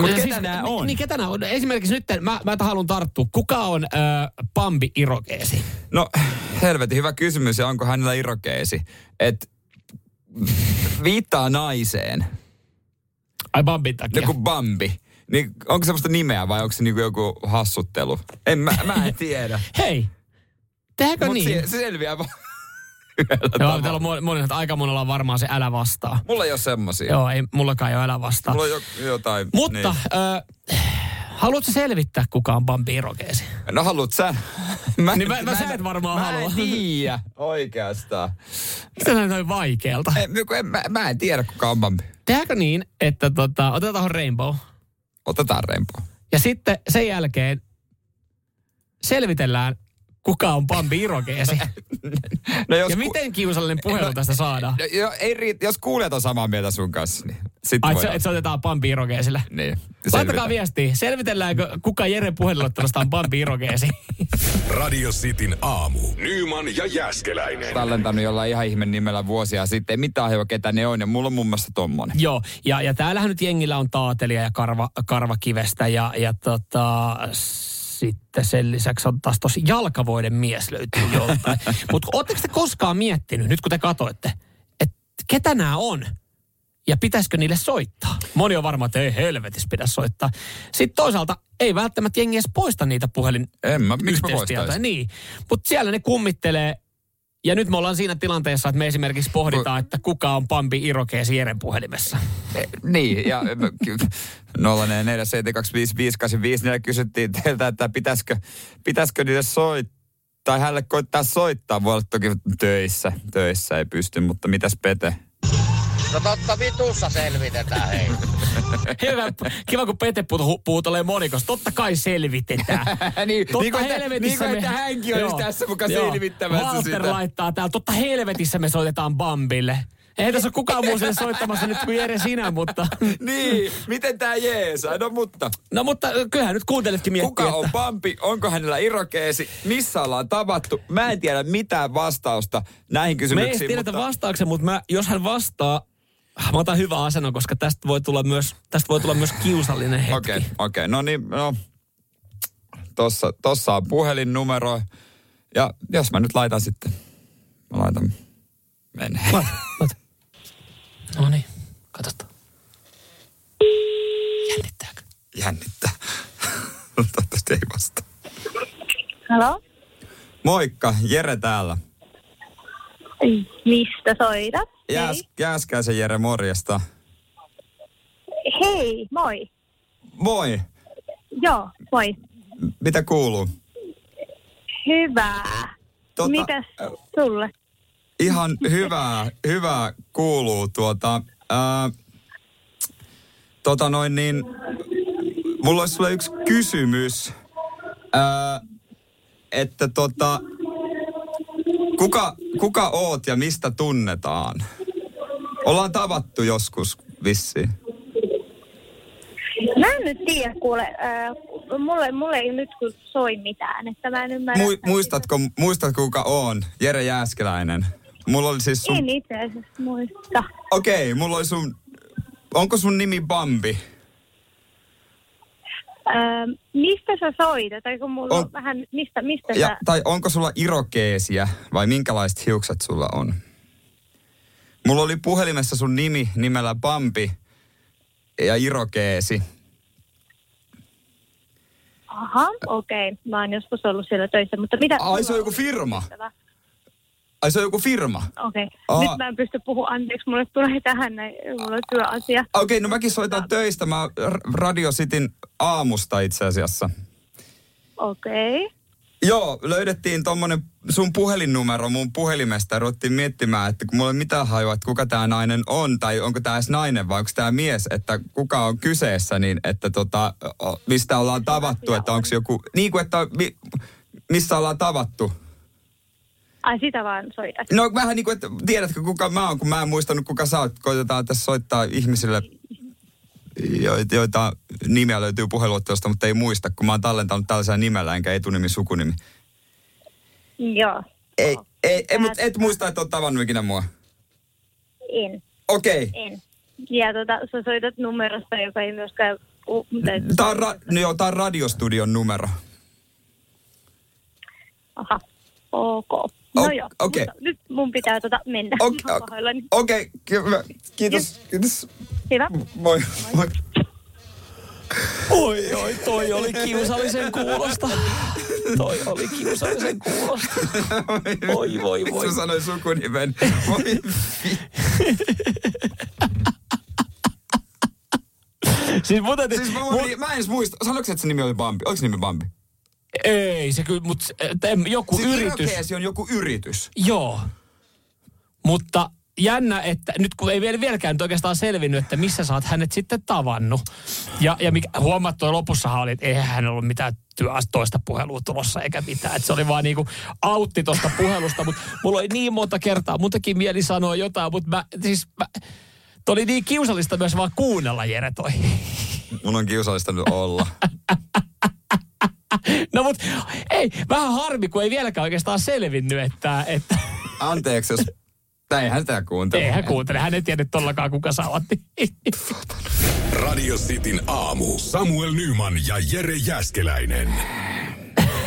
S2: Mut
S3: Ja
S2: ketä nää
S3: ni-
S2: on?
S3: Niin, ketä nää on? Esimerkiksi nyt mä, mä haluan tarttua. Kuka on äh, Pambi Irokeesi?
S2: No, helvetin hyvä kysymys, ja onko hänellä irokeesi? Et viittaa naiseen,
S3: Ai Bambin takia.
S2: joku Bambi. Niin onko semmoista nimeä vai onko se niinku joku hassuttelu? En mä, mä en tiedä.
S3: Hei, tehdäänkö
S2: Mut
S3: niin?
S2: se, se selviää vaan.
S3: Joo, täällä on moni, moni, aika monella on varmaan se älä vastaa.
S2: Mulla ei ole semmosia.
S3: Joo, ei, mullakaan ei ole älä vastaa.
S2: Mulla on jo, jotain.
S3: Mutta
S2: Niin.
S3: niin. äh, haluatko selvittää, kuka on Bambi Irokeesi?
S2: No haluut sä? Mä, en-
S3: Niin mä- mä sä
S2: en-
S3: et varmaan
S2: mä
S3: halua.
S2: en tiedä oikeastaan.
S3: Mistä näin noin vaikealta?
S2: En, niin kun en, mä, mä en tiedä kuka on Bambi.
S3: Tehdäänkö niin, että tota, otetaan tuohon Rainbow.
S2: Otetaan rempoa.
S3: Ja sitten sen jälkeen selvitellään, kuka on Bambi Irokeesi.
S2: No jos
S3: ja
S2: ku-
S3: miten kiusallinen puhelu tästä saadaan?
S2: No, jo, ei riit, jos kuulijat on samaa mieltä sun kanssa, niin sit
S3: Ai,
S2: voi.
S3: että se, et se otetaan Bambi Irokeesille.
S2: Niin.
S3: Laittakaa
S2: selvitään.
S3: viestiä. Selvitelläänkö, kuka Jere puhelinluettelosta on Bambi Irokeesi?
S1: Radio Cityn aamu. Nyman ja Jäskeläinen.
S2: Tallentanut jollain ihan ihme nimellä vuosia sitten. Ei mitään hajua, ketä ne on. Ja mulla on muun muassa tommonen.
S3: Joo, ja, ja täällähän nyt jengillä on taatelia ja karva, karvakivestä ja, ja tota, sitten sen lisäksi on taas tosi jalkavoiden mies löytyy joltain. Mutta ootteko te koskaan miettinyt, nyt kun te katoitte, että ketä nämä on? Ja pitäisikö niille soittaa? Moni on varma, että ei helvetis pidä soittaa. Sitten toisaalta ei välttämättä jengi edes poista niitä puhelin
S2: En mä, miksi mä
S3: yhteystietoja.
S2: poistaisin?
S3: Niin, mutta siellä ne kummittelee. Ja nyt me ollaan siinä tilanteessa, että me esimerkiksi pohditaan, että kuka on Pampi Irokeesi Jeren puhelimessa.
S2: Eh, Niin, ja 0447255854 kysyttiin teiltä, että pitäisikö, pitäisikö niille soittaa, tai hänelle koittaa soittaa. Voi olla toki töissä, töissä ei pysty, mutta mitäs Pete?
S5: No totta vitussa selvitetään, hei.
S3: Hyvä. Kiva, kun Pete puhuu- puhutelee monikossa. Totta kai selvitetään.
S2: niin,
S3: Totta
S2: niin kuin, että,
S3: helvetissä
S2: niin kuin,
S3: me-
S2: että hänkin on
S3: Joo.
S2: just tässä mukaan
S3: Joo.
S2: selvittämässä
S3: Walter
S2: sitä.
S3: laittaa täällä. Totta helvetissä me soitetaan Bambille. Ei tässä ole kukaan muu sen soittamassa nyt kuin Jere sinä, mutta...
S2: Niin, miten tää jeesaa? No mutta,
S3: No mutta ö, kyllähän nyt kuunteletkin miettiä,
S2: kuka on Bambi? Onko hänellä irokeesi? Missä ollaan tavattu? Mä en tiedä mitään vastausta näihin
S3: Me ei edes
S2: kysymyksiin,
S3: tiedetä
S2: mutta...
S3: vastauksen, mutta mä, jos hän vastaa, mä otan hyvän asennon, koska tästä voi tulla myös, tästä voi tulla myös kiusallinen hetki.
S2: Okei, okei. No niin, no. Tossa, tossa on puhelinnumero. Ja jos mä nyt laitan sitten. Mä laitan. Mene.
S3: No niin, katsotaan. Jännittääkö?
S2: Jännittää. Toivottavasti ei vastaa.
S6: Halo?
S2: Moikka, Jere täällä.
S6: Mistä soitat?
S2: Jääs, jääskäisen Jere, morjesta.
S6: Hei. Hei, moi.
S2: Moi,
S6: Joo, moi.
S2: M- mitä kuuluu?
S6: Hyvää.
S2: Tota,
S6: Tota, Mitäs
S2: äh,
S6: sulle?
S2: Ihan hyvää, hyvää kuuluu tuota. Ää, tota noin niin, mulla olisi sulle yksi kysymys. Ää, että tota, kuka, kuka oot ja mistä tunnetaan? Ollaan tavattu joskus vissiin.
S6: Mä en nyt tiedä, kuule. Äh, mulle, mulle ei nyt kun soi mitään, että mä en ymmärrä.
S2: Mu, muistatko, muistatko kuka oon? Jere Jääskeläinen. Mulla oli siis sun...
S6: En itse asiassa muista.
S2: Okei, okay, mulla oli sun... Onko sun nimi Bambi?
S6: Äh, mistä sä soitat? Tai kun mulla on,
S2: On-
S6: on vähän, mistä, mistä
S2: Ja,
S6: sä...
S2: tai onko sulla irokeesiä vai minkälaiset hiukset sulla on? Mulla oli puhelimessa sun nimi nimellä Bambi ja irokeesi.
S6: Aha, okei. Okay. Mä oon joskus ollut siellä töissä, mutta mitä...
S2: Ai se on joku firma. Ai se on joku firma.
S6: Okei.
S2: Aa.
S6: Okay. Nyt mä en pysty puhua. Anteeksi, mulle tulee tähän näin. Mulla on työasia.
S2: Okei, okay, no mäkin soitan töistä. Mä oon R- Radio Cityn aamusta itse asiassa.
S6: Okei. Okay.
S2: Joo, löydettiin tommonen sun puhelinnumero mun puhelimesta ja ruvettiin miettimään, että kun mulla ei ole mitään hajua, että kuka tämä nainen on tai onko tämä edes nainen vai onko tämä mies, että kuka on kyseessä, niin että tota, o- mistä ollaan tavattu, että onko joku, niin kuin että mi, missä ollaan tavattu.
S6: Ai sitä vaan soitat.
S2: No vähän niin kuin, että tiedätkö kuka mä oon, kun mä en muistanut kuka sä oot. Koitetaan tässä soittaa ihmisille, jo- joita nimiä löytyy puheluottelusta, mutta ei muista, kun mä oon tallentanut tällaisella nimellä, enkä etunimi, sukunimi.
S6: Joo,
S2: Ei, ei, ei mutta et muista, että oot tavannut ikinä mua.
S6: en,
S2: Okei.
S6: en. Ja tota, sä soitat numerosta, joka ei myöskään... u- tai-
S2: Tää on, ra- no joo, tää on radiostudion numero.
S6: Aha, ok. No
S2: O-
S6: joo,
S2: okei.
S6: mutta nyt mun pitää tota mennä.
S2: Okei,
S6: Mä oon pahoillani.
S2: okei, kyllä. Kiitos, kiitos.
S6: Hyvä.
S2: Moi, moi.
S3: Oi, oi, toi oli kiusallisen kuulosta. Toi oli kiusallisen kuulosta. Oi, voi, voi.
S2: Miksi mä sanoin sukunimen? Voi vi-
S3: Siis mun täytyy...
S2: siis mä,
S3: mun-
S2: mun... mä en edes muista. Sanoitko, että se nimi oli Bambi? Oliko nimi Bambi?
S3: Ei, se kyllä, mutta joku
S2: Siis
S3: yritys.
S2: Irokeesi on joku yritys.
S3: Joo. Mutta jännä, että nyt kun ei vielä vieläkään nyt oikeastaan selvinnyt, että missä sä oot hänet sitten tavannut. Ja, ja mikä, huomaat, toi lopussahan oli, että eihän hän ollut mitään työ, toista puhelua tulossa eikä mitään. Että se oli vaan niinku autti tuosta puhelusta, mutta mulla oli niin monta kertaa. Mun teki mieli sanoa jotain, mutta mä, siis mä, toi oli niin kiusallista myös vaan kuunnella Jere toi.
S2: Mun on kiusallista nyt olla.
S3: No mut ei, vähän harmi, kun ei vieläkään oikeastaan selvinnyt, että, että
S2: Anteeksi, jos... Tai eihän sitä kuuntele.
S3: ei hän kuuntele. Hän ei tiennyt tollakaan, kuka sä oot.
S1: Radio Cityn aamu. Samuel Nyman ja Jere Jäskeläinen.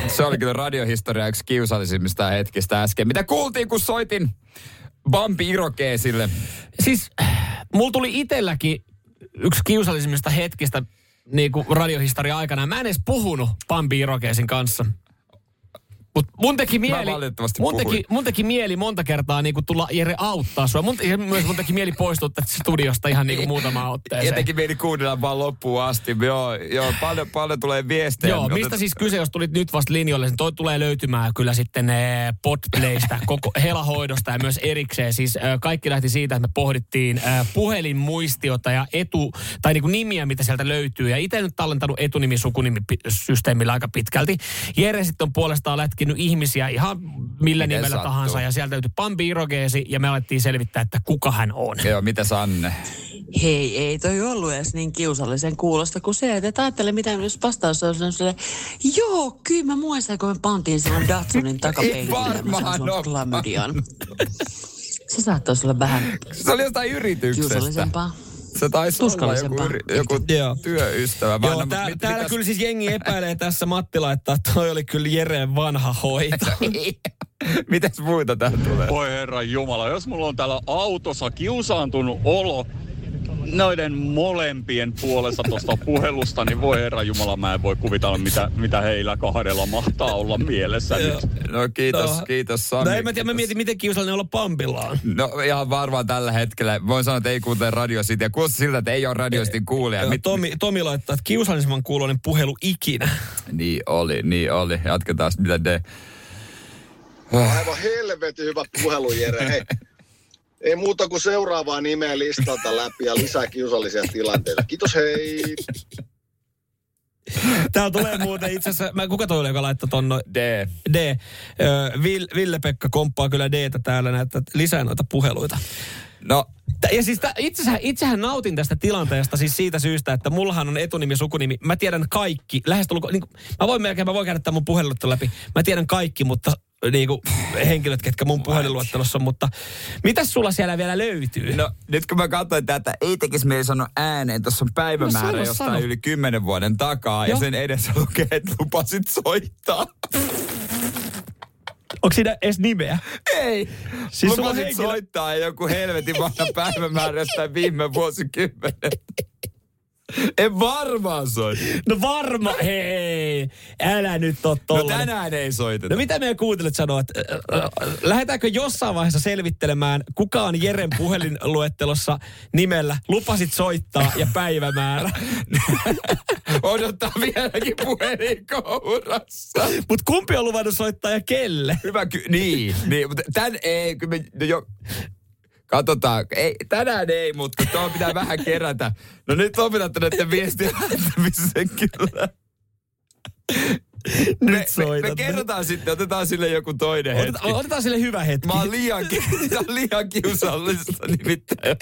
S2: Se oli kyllä radiohistoria yksi kiusallisimmista hetkistä äsken. Mitä kuultiin, kun soitin Bambi Irokeesille?
S3: Siis mulla tuli itselläkin yksi kiusallisimmista hetkistä niin kuin radiohistoria aikana. Mä en edes puhunut Pampi Irokeesin kanssa. Mut mun teki mieli,
S2: valitettavasti
S3: mun
S2: puhuin.
S3: teki, mun teki mieli monta kertaa niin kuin tulla Jere auttaa sua. Mun, ja myös mun teki mieli poistua tästä studiosta ihan niin kuin muutama otteeseen.
S2: Jotenkin mieli kuunnella vaan loppuun asti. Joo, joo paljon, paljon tulee viestejä.
S3: Joo, mistä siis kyse, jos tulit nyt vasta linjoille, niin toi tulee löytymään kyllä sitten eh, Podplaysta, koko helahoidosta ja myös erikseen. Siis eh, kaikki lähti siitä, että me pohdittiin eh, puhelinmuistiota ja etu, tai niin kuin nimiä, mitä sieltä löytyy. Ja itse nyt tallentanut etunimi sukunimisysteemillä aika pitkälti. Jere sitten on puolestaan lätkinyt ihmisiä ihan millä
S2: Miten
S3: nimellä
S2: sattuu?
S3: tahansa. Ja sieltä löytyi Pampi Irogeesi ja me alettiin selvittää, että kuka hän on.
S2: Joo, mitä Sanne?
S7: Hei, ei toi ollut edes niin kiusallisen kuulosta kuin se, että et ajattele mitä jos vastaus on sellaiselle, joo, kyllä mä muistan, kun me pantiin silloin Datsunin takapenkille.
S2: varmaan ole.
S7: Klamydian. Se saattaisi olla vähän
S2: Se oli jostain yrityksestä.
S7: kiusallisempaa.
S2: Se taisi olla joku,
S7: Tuskallisempaa.
S2: yri- joku
S3: Joo.
S2: työystävä. Mä en
S3: Joo,
S2: ole-
S3: tää,
S2: mit-
S3: täällä
S2: mitäs-
S3: kyllä siis jengi epäilee tässä Matti laittaa, että toi oli kyllä Jereen vanha hoito.
S2: Mitäs muuta tää tulee?
S8: Voi herra Jumala, jos mulla on täällä autossa kiusaantunut olo noiden molempien puolesta tuosta puhelusta, niin voi herra Jumala, mä en voi kuvitella, mitä, mitä heillä kahdella mahtaa olla mielessä nyt.
S2: No kiitos, no. kiitos Sami.
S3: No en mä tiedä, mä
S2: Kiitos.
S3: mietin, miten kiusallinen olla pampillaan.
S2: No ihan varmaan tällä hetkellä. Voin sanoa, että ei kuuntele Radio City. Ja kuulostaa siltä, että ei ole Radio Cityn kuulija.
S3: Joo, Tomi, Tomi laittaa, että kiusallisemman kuuloinen puhelu ikinä.
S2: Niin oli, niin oli. Jatketaan sitten, mitä ne...
S9: Ah. Aivan helvetin hyvä puhelu, Jere. Hei. Ei muuta kuin seuraavaa nimeä listalta läpi ja lisää kiusallisia tilanteita. Kiitos, hei.
S3: Täällä tulee muuten itse asiassa, mä, kuka toi oli, joka laittoi ton noin?
S2: D.
S3: D. Ö, Vil, Ville-Pekka komppaa kyllä D-tä täällä näyttää että lisää noita puheluita.
S2: No,
S3: Tä- Ja siis tä- itsehän, itsehän nautin tästä tilanteesta siis siitä syystä, että mullahan on etunimi, sukunimi. Mä tiedän kaikki. Lähestulko, niin kuin, mä voin melkein, mä voin käydä tämän mun puhelut läpi. Mä tiedän kaikki, mutta niin kuin, henkilöt, ketkä mun puhelinluettelossa on. Mutta mitäs sulla siellä vielä löytyy?
S2: no, nyt kun mä katsoin tätä, ei tekisi meidän sanoa ääneen. Tuossa on
S3: No
S2: päivämäärä
S3: sano,
S2: jostain
S3: sano.
S2: yli kymmenen vuoden takaa. Ja
S3: Joo.
S2: sen edessä lukee, että lupasit soittaa.
S3: Onko siinä edes nimeä?
S2: Ei.
S3: Siis
S2: Siis
S3: sulla on
S2: Lupasit
S3: henkilö-
S2: soittaa ja joku helvetin vanha päivämäärä jostain viime vuosikymmenen. En varmaan soita.
S3: No varma, hei, älä nyt oo
S2: No
S3: tollanen.
S2: tänään ei soiteta.
S3: No mitä meidän kuuntelijat sanoo, että äh, äh, lähdetäänkö jossain vaiheessa selvittelemään, kuka on Jeren puhelinluettelossa nimellä lupasit soittaa ja päivämäärä.
S2: Odottaa vieläkin puhelin kourassa.
S3: Mutta kumpi on luvannut soittaa ja kelle?
S2: Hyvä, ky- niin, niin, mutta tän ei, kyllä me, no jo, katsotaan, ei, tänään ei, mutta tuo pitää vähän kerätä. No nyt lopetatte näiden viestien lähettämisen kyllä. me,
S10: Nyt
S2: me, me
S10: soitat.
S2: kerrotaan sitten, otetaan sille joku toinen hetki.
S3: Otetaan, otetaan sille hyvä hetki.
S2: Mä oon liian, ki- tää on liian kiusallista nimittäin.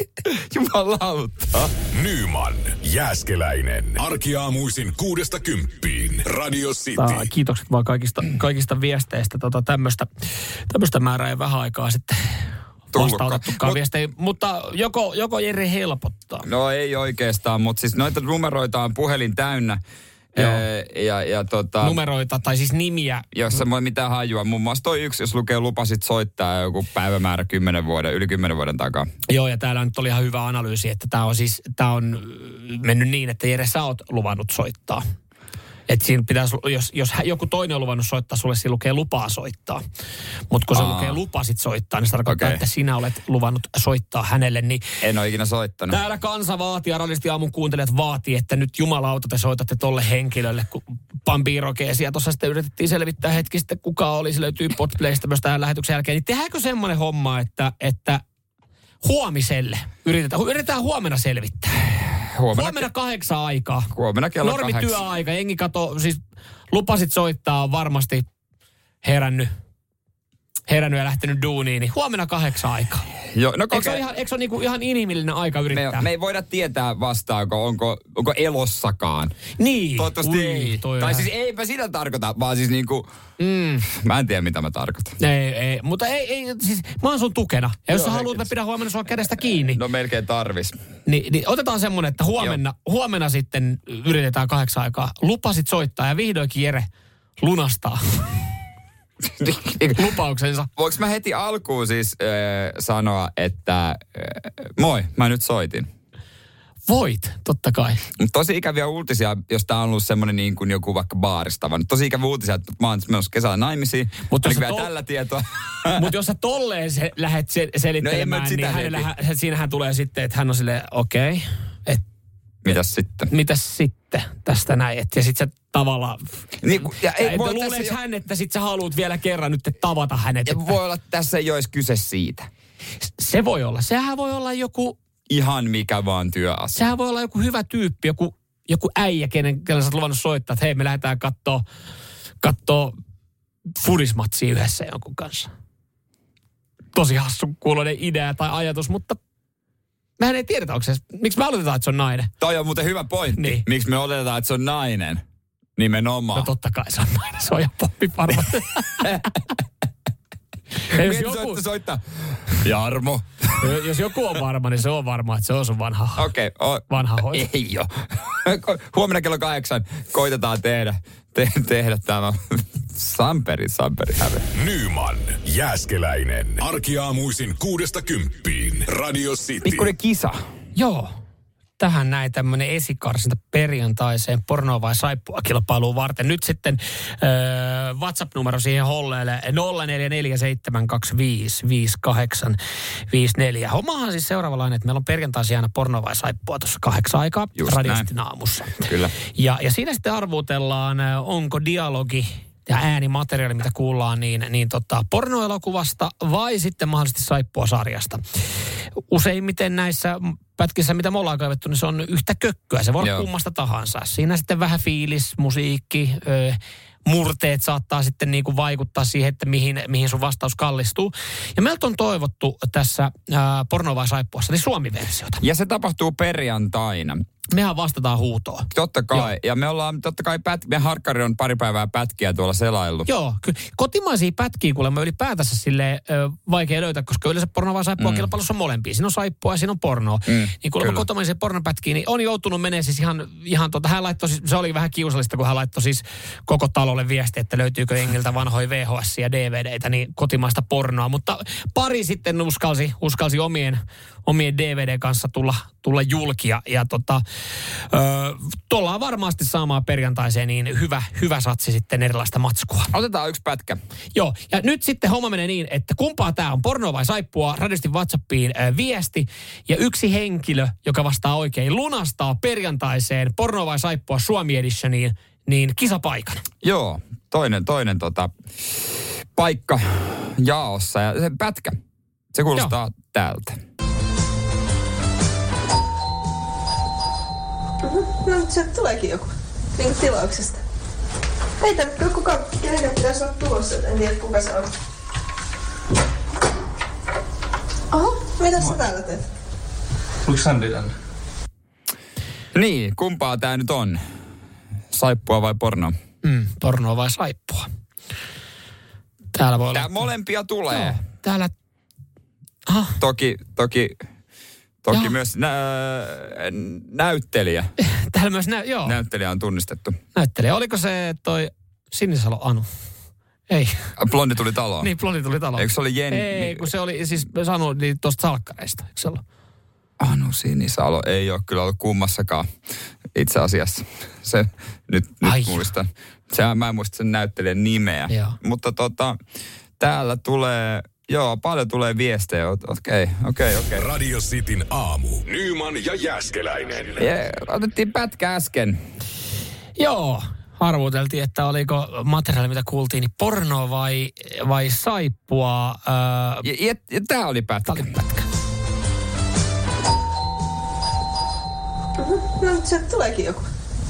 S2: Jumalauta.
S1: Nyman, Jääskeläinen. Arkiaamuisin kuudesta kymppiin. Radio
S3: Tää,
S1: City.
S3: kiitokset vaan kaikista, kaikista viesteistä. Tota, tämmöistä, tämmöistä määrää ei vähän aikaa sitten
S2: Tullutkaan.
S3: vastaanotettukaan
S2: Mut-
S3: viestejä. Mutta joko, joko Jere helpottaa.
S2: No ei oikeastaan, mutta siis noita numeroita on puhelin täynnä.
S3: Joo.
S2: Ee, ja, ja tota,
S3: Numeroita tai siis nimiä.
S2: jos ei voi mitään hajua. Muun muassa toi yksi, jos lukee lupasit soittaa joku päivämäärä 10 vuoden, yli 10 vuoden takaa.
S3: Joo, ja täällä nyt oli ihan hyvä analyysi, että tämä on siis, tää on mennyt niin, että Jere, sä oot luvannut soittaa. Et siinä pitäisi, jos, jos hä- joku toinen on luvannut soittaa sulle, siinä lukee lupaa soittaa. Mutta kun se
S2: Aa.
S3: lukee lupasit soittaa, niin se tarkoittaa,
S2: Okei.
S3: okay. että sinä olet luvannut soittaa hänelle. Niin
S2: En ole ikinä soittanut.
S3: Täällä kansa vaatii, ja radisti aamun kuuntelijat vaatii, että nyt jumalauta te soitatte tolle henkilölle, kun pampiirokeesi. Ja tuossa sitten yritettiin selvittää hetki sitten, kuka oli, se löytyy Podplaysta myös tähän lähetyksen jälkeen. Niin tehdäänkö semmoinen homma, että, että huomiselle yritetään, hu- yritetään huomenna selvittää.
S2: Huomenna,
S3: Huomenna kahdeksan aikaa.
S2: huomenna kello kahdeksan.
S3: Normityöaika, jengi kato, siis lupasit soittaa, on varmasti herännyt herännyt ja lähtenyt duuniin, niin huomenna kahdeksan aikaa.
S2: Joo, no
S3: Eikö se ole
S2: kokea-
S3: ihan, eikö se ole niinku ihan inhimillinen aika yrittää?
S2: me, me ei voida tietää vastaako, onko, onko elossakaan.
S3: Niin.
S2: Toivottavasti
S3: Ui,
S2: ei.
S3: Toi
S2: Tai siis eipä sitä tarkoita, vaan siis niinku,
S3: Mm.
S2: mä en tiedä mitä mä tarkoitan.
S3: Ei, ei, mutta ei, ei, siis mä oon sun tukena. Ja jos sä haluat, mä pidän huomenna sua kädestä kiinni. No.
S2: No melkein tarvis.
S3: Niin, niin otetaan semmonen, että huomenna, huomenna sitten yritetään kahdeksan aikaa. Lupasit soittaa ja vihdoinkin Jere lunastaa lupauksensa.
S2: Voinko mä heti alkuun siis äh, sanoa, että äh, moi, mä nyt soitin.
S3: Voit, totta kai.
S2: Mut tosi ikäviä uutisia, jos tää on ollut semmoinen niin kuin joku vaikka baarista, vaan tosi ikäviä uutisia, että mä oon siis menossa kesällä naimisiin.
S3: Mutta
S2: Mutta
S3: jos
S2: niin
S3: sä
S2: vielä
S3: tol-
S2: tällä tietoa.
S3: Mutta jos sä tolleen se, lähet se, selittelemään,
S2: nyt
S3: no
S2: sitä
S3: niin hänellä,
S2: heti.
S3: hän, siinähän tulee sitten, että hän on silleen, okei, okay, että
S2: Mitäs sitten?
S3: mitäs sitten tästä näin. Et, ja sitten se tavallaan...
S2: Niin, kun- ja ei,
S3: Ei,
S2: voi,
S3: luuleeko
S2: tässä,
S3: hän, että sit sä haluat vielä kerran nyt tavata hänet?
S2: ei,
S3: Että
S2: voi olla, että tässä ei olisi kyse siitä.
S3: Se voi olla. Sehän voi olla joku,
S2: Ihan mikä vaan työasia.
S3: sehän voi olla joku hyvä tyyppi, joku, joku äijä, kenen, kenen sä oot luvannut soittaa, että hei me lähdetään kattoo, kattoo fudismatsia yhdessä jonkun kanssa. Tosi hassun kuuloinen idea tai ajatus, mutta mehän ei tiedetä, onko se, miksi me aloitetaan, että se on nainen.
S2: Toi on muuten hyvä pointti.
S3: Niin.
S2: Niin. Miksi me oletetaan, että se on nainen? Nimenomaan.
S3: No totta kai se on nainen, se on ihan poppi varma. Ja jos,
S2: Mieti
S3: joku,
S2: soittaa, soittaa. Jarmo.
S3: jos joku on varma, niin se on varma, että se on sun vanha,
S2: Okei. Okay,
S3: vanha hoito.
S2: Ei ole. Huomenna kello kahdeksan koitetaan tehdä, te, tehdä tämä Samperi, Samperi häve.
S1: Nyman, Jääskeläinen. Arkiaamuisin kuudesta kymppiin. Radio City.
S2: Pikkuinen kisa.
S3: Joo. Tähän näin tämmöinen esikarsinta perjantaiseen pornoa vai saippua kilpailuun varten. Nyt sitten öö, WhatsApp-numero siihen holleelle 0447255854. Hommahan siis seuraavalainen, että meillä on perjantaisin aina pornoa vai saippua tuossa kahdeksan aikaa
S2: Just
S3: radiostin aamussa.
S2: Kyllä.
S3: Ja, ja siinä sitten arvuutellaan, ö, onko dialogi ja äänimateriaali, mitä kuullaan, niin, niin tota, pornoelokuvasta vai sitten mahdollisesti saippua sarjasta. Useimmiten näissä pätkissä, mitä me ollaan kaivettu, niin se on yhtä kökköä. Se voi olla
S2: Joo.
S3: kummasta tahansa. Siinä sitten vähän fiilis, musiikki, ö, murteet saattaa sitten niin kuin vaikuttaa siihen, että mihin, mihin sun vastaus kallistuu. Ja meiltä on toivottu tässä ää, porno vai saippuassa, niin suomi-versiota.
S2: Ja se tapahtuu perjantaina.
S3: Mehän vastataan huutoon.
S2: Totta kai. Joo. Ja me ollaan, totta kai, pät, meidän harkkari on pari päivää pätkiä tuolla selaillut.
S3: Joo, kyllä. Kotimaisia pätkiä kuulemma ylipäätänsä sille vaikea löytää, koska yleensä porno vai saippua mm. kilpailussa on molempia. Siinä on saippua ja siinä on pornoa. Mm, niin kuulemma
S2: kyllä.
S3: kotimaisia pornopätkiä, niin on joutunut menee siis ihan, ihan tota, hän laittoi, siis, se oli vähän kiusallista, kun hän laittoi siis koko talolle viesti, että löytyykö Engiltä vanhoja VHS ja DVDitä, niin kotimaista pornoa. Mutta pari sitten uskalsi, uskalsi omien, omien DVD kanssa tulla, tulla julki ja, ja tota, ö, tullaan varmasti saamaan perjantaiseen niin hyvä, hyvä satsi sitten erilaista matskua.
S2: Otetaan yksi pätkä.
S3: Joo, ja nyt sitten homma menee niin, että kumpaa tämä on, porno vai saippua, radistin WhatsAppiin äh, viesti, ja yksi henkilö, joka vastaa oikein, lunastaa perjantaiseen porno vai saippua Suomi Editioniin, niin kisapaikan.
S2: Joo, toinen, toinen tota, paikka jaossa ja se pätkä. Se kuulostaa Joo. tältä.
S7: No, mutta sieltä tuleekin joku. Niin tilauksesta.
S10: Ei tämä kyllä kuka, kenenkään pitäisi olla tulossa, et en tiedä kuka se on. Oho, mitä sä täällä teet?
S11: Tuliko Sandy tänne?
S2: Niin, kumpaa tämä nyt on? Saippua vai porno?
S3: Mm, pornoa vai saippua? Täällä voi
S2: Tää molempia tulee.
S3: Joo, täällä... Ah,
S2: Toki, toki, toki
S3: Joo.
S2: myös nä- näyttelijä.
S3: täällä myös nä- joo,
S2: Näyttelijä on tunnistettu.
S3: näyttelijä. Oliko se toi Sinisalo Anu? Ei.
S2: Blondi tuli taloon.
S3: Niin, Blondi tuli taloon.
S2: Ah. Eikö se oli Jenni?
S3: Ei, kun se oli siis Sanu niin tuosta salkkareista. Eikö se ollut?
S2: Anu Sinisalo ei ole kyllä ollut kummassakaan itse asiassa. Se nyt,
S3: Ai.
S2: nyt muistan. Se, mä en muista sen näyttelijän nimeä.
S3: Joo.
S2: Mutta tota, täällä tulee, joo, paljon tulee viestejä. Okei, okay, okei, okay, okei.
S1: Radio Cityn aamu. Nyman ja Jääskeläinen.
S2: Okay. Otettiin pätkä äsken.
S3: Joo, arvuteltiin, että oliko materiaali, mitä kuultiin, niin porno vai, vai saippua. äh, Ää,
S2: Ja, ja, ja tää oli pätkä.
S3: tää oli pätkä.
S10: No nyt sieltä tuleekin joku.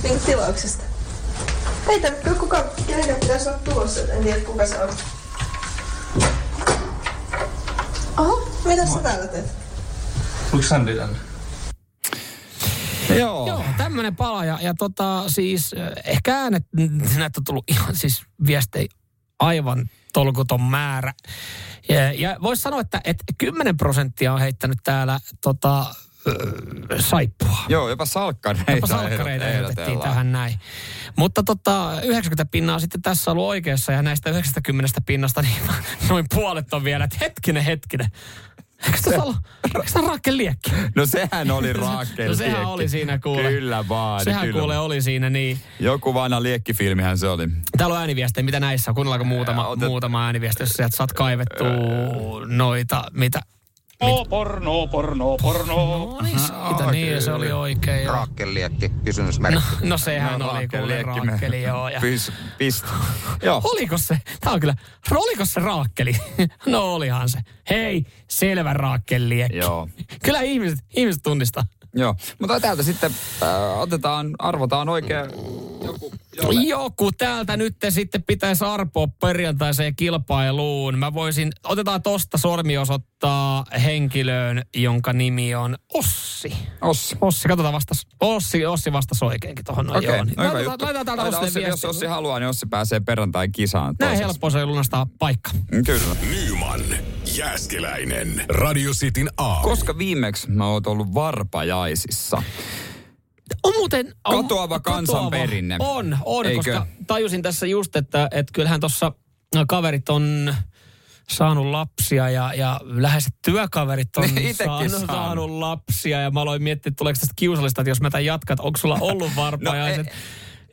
S10: Niinku tilauksesta. Ei tämä kyllä kuka, kenenkään pitäisi olla tulossa, et en tiedä kuka se on. Oho, mitä sä täällä teet?
S11: Tuliko Sandy tänne?
S2: Joo.
S3: Joo, tämmönen pala. Ja, ja tota, siis äh, ehkä äänet, näitä on tullut ihan siis viestejä aivan tolkuton määrä. Ja, ja voisi sanoa, että et 10 prosenttia on heittänyt täällä tota, äh, saippua.
S2: Joo, jopa salkkareita.
S3: Jopa salkkareita
S2: ehdot-
S3: ehdotettiin
S2: ehdotellaan.
S3: tähän näin. Mutta tota, 90 pinnaa on sitten tässä ollut oikeassa ja näistä 90 pinnasta niin noin puolet on vielä, että hetkinen, hetkinen. Eikö tässä ollut, eikö tämä Rakel Liekki?
S2: No sehän oli Raakel
S3: No sehän
S2: Liekki.
S3: oli siinä kuule.
S2: Kyllä vaan.
S3: Sehän
S2: kyllä.
S3: kuule oli siinä, niin.
S2: Joku vanha liekkifilmihän se oli.
S3: Täällä on ääniviestejä, mitä näissä on? Kuunnellaanko muutama,
S2: Ää, otet-
S3: muutama ääniviesti, jos sieltä saat kaivettua noita, mitä?
S8: No, porno, porno, porno.
S3: No niin, siitä, niin se oli oikein. joo.
S5: Rakkeliekki, kysymysmerkki.
S3: No, no sehän
S2: No,
S3: oli
S2: Raakel
S3: kuule
S2: Liekkinen.
S3: Rakkeli, joo. Ja...
S2: Pis, pist. Joo.
S3: Oliko se? Tämä on kyllä. Oliko se raakkeli? No olihan se. Hei, selvä raakkeliekki.
S2: Joo.
S3: Kyllä ihmiset, ihmiset tunnistaa.
S2: Joo, mutta täältä sitten äh, otetaan, arvotaan oikein.
S3: Jolle. Joku täältä nyt sitten pitäisi arpoa perjantaiseen kilpailuun. Mä voisin, otetaan tosta sormi osoittaa henkilöön, jonka nimi on Ossi.
S2: Ossi.
S3: Ossi, katsotaan vastas. Ossi, Ossi vastasi oikeinkin tuohon. noin,
S2: Okei,
S3: joo,
S2: okay,
S3: niin.
S2: hyvä
S3: Laitetaan-
S2: juttu.
S3: Laitetaan täältä
S2: Laita
S3: Ossille
S2: Ossi, jos
S3: viestiä.
S2: Ossi haluaa, niin Ossi pääsee perjantain kisaan.
S3: Näin
S2: toisessa.
S3: helppoa se on lunastaa paikka.
S2: Kyllä.
S1: Nyman, Jääskeläinen. Radio Cityn aamu.
S2: Koska viimeksi mä oot ollut varpajaisissa?
S3: On muuten... On,
S2: Katoava kansan perinne.
S3: On, on, Eikö?
S2: Eikö?
S3: koska tajusin tässä just, että, että kyllähän tuossa kaverit on saanut lapsia ja, ja läheiset työkaverit on
S2: Niin, itekin
S3: saanut,
S2: saanut.
S3: saanut lapsia. Ja mä aloin miettiä, että tuleeko tästä kiusallista, että jos mä tämän jatkan, että onko sulla ollut varpajaiset.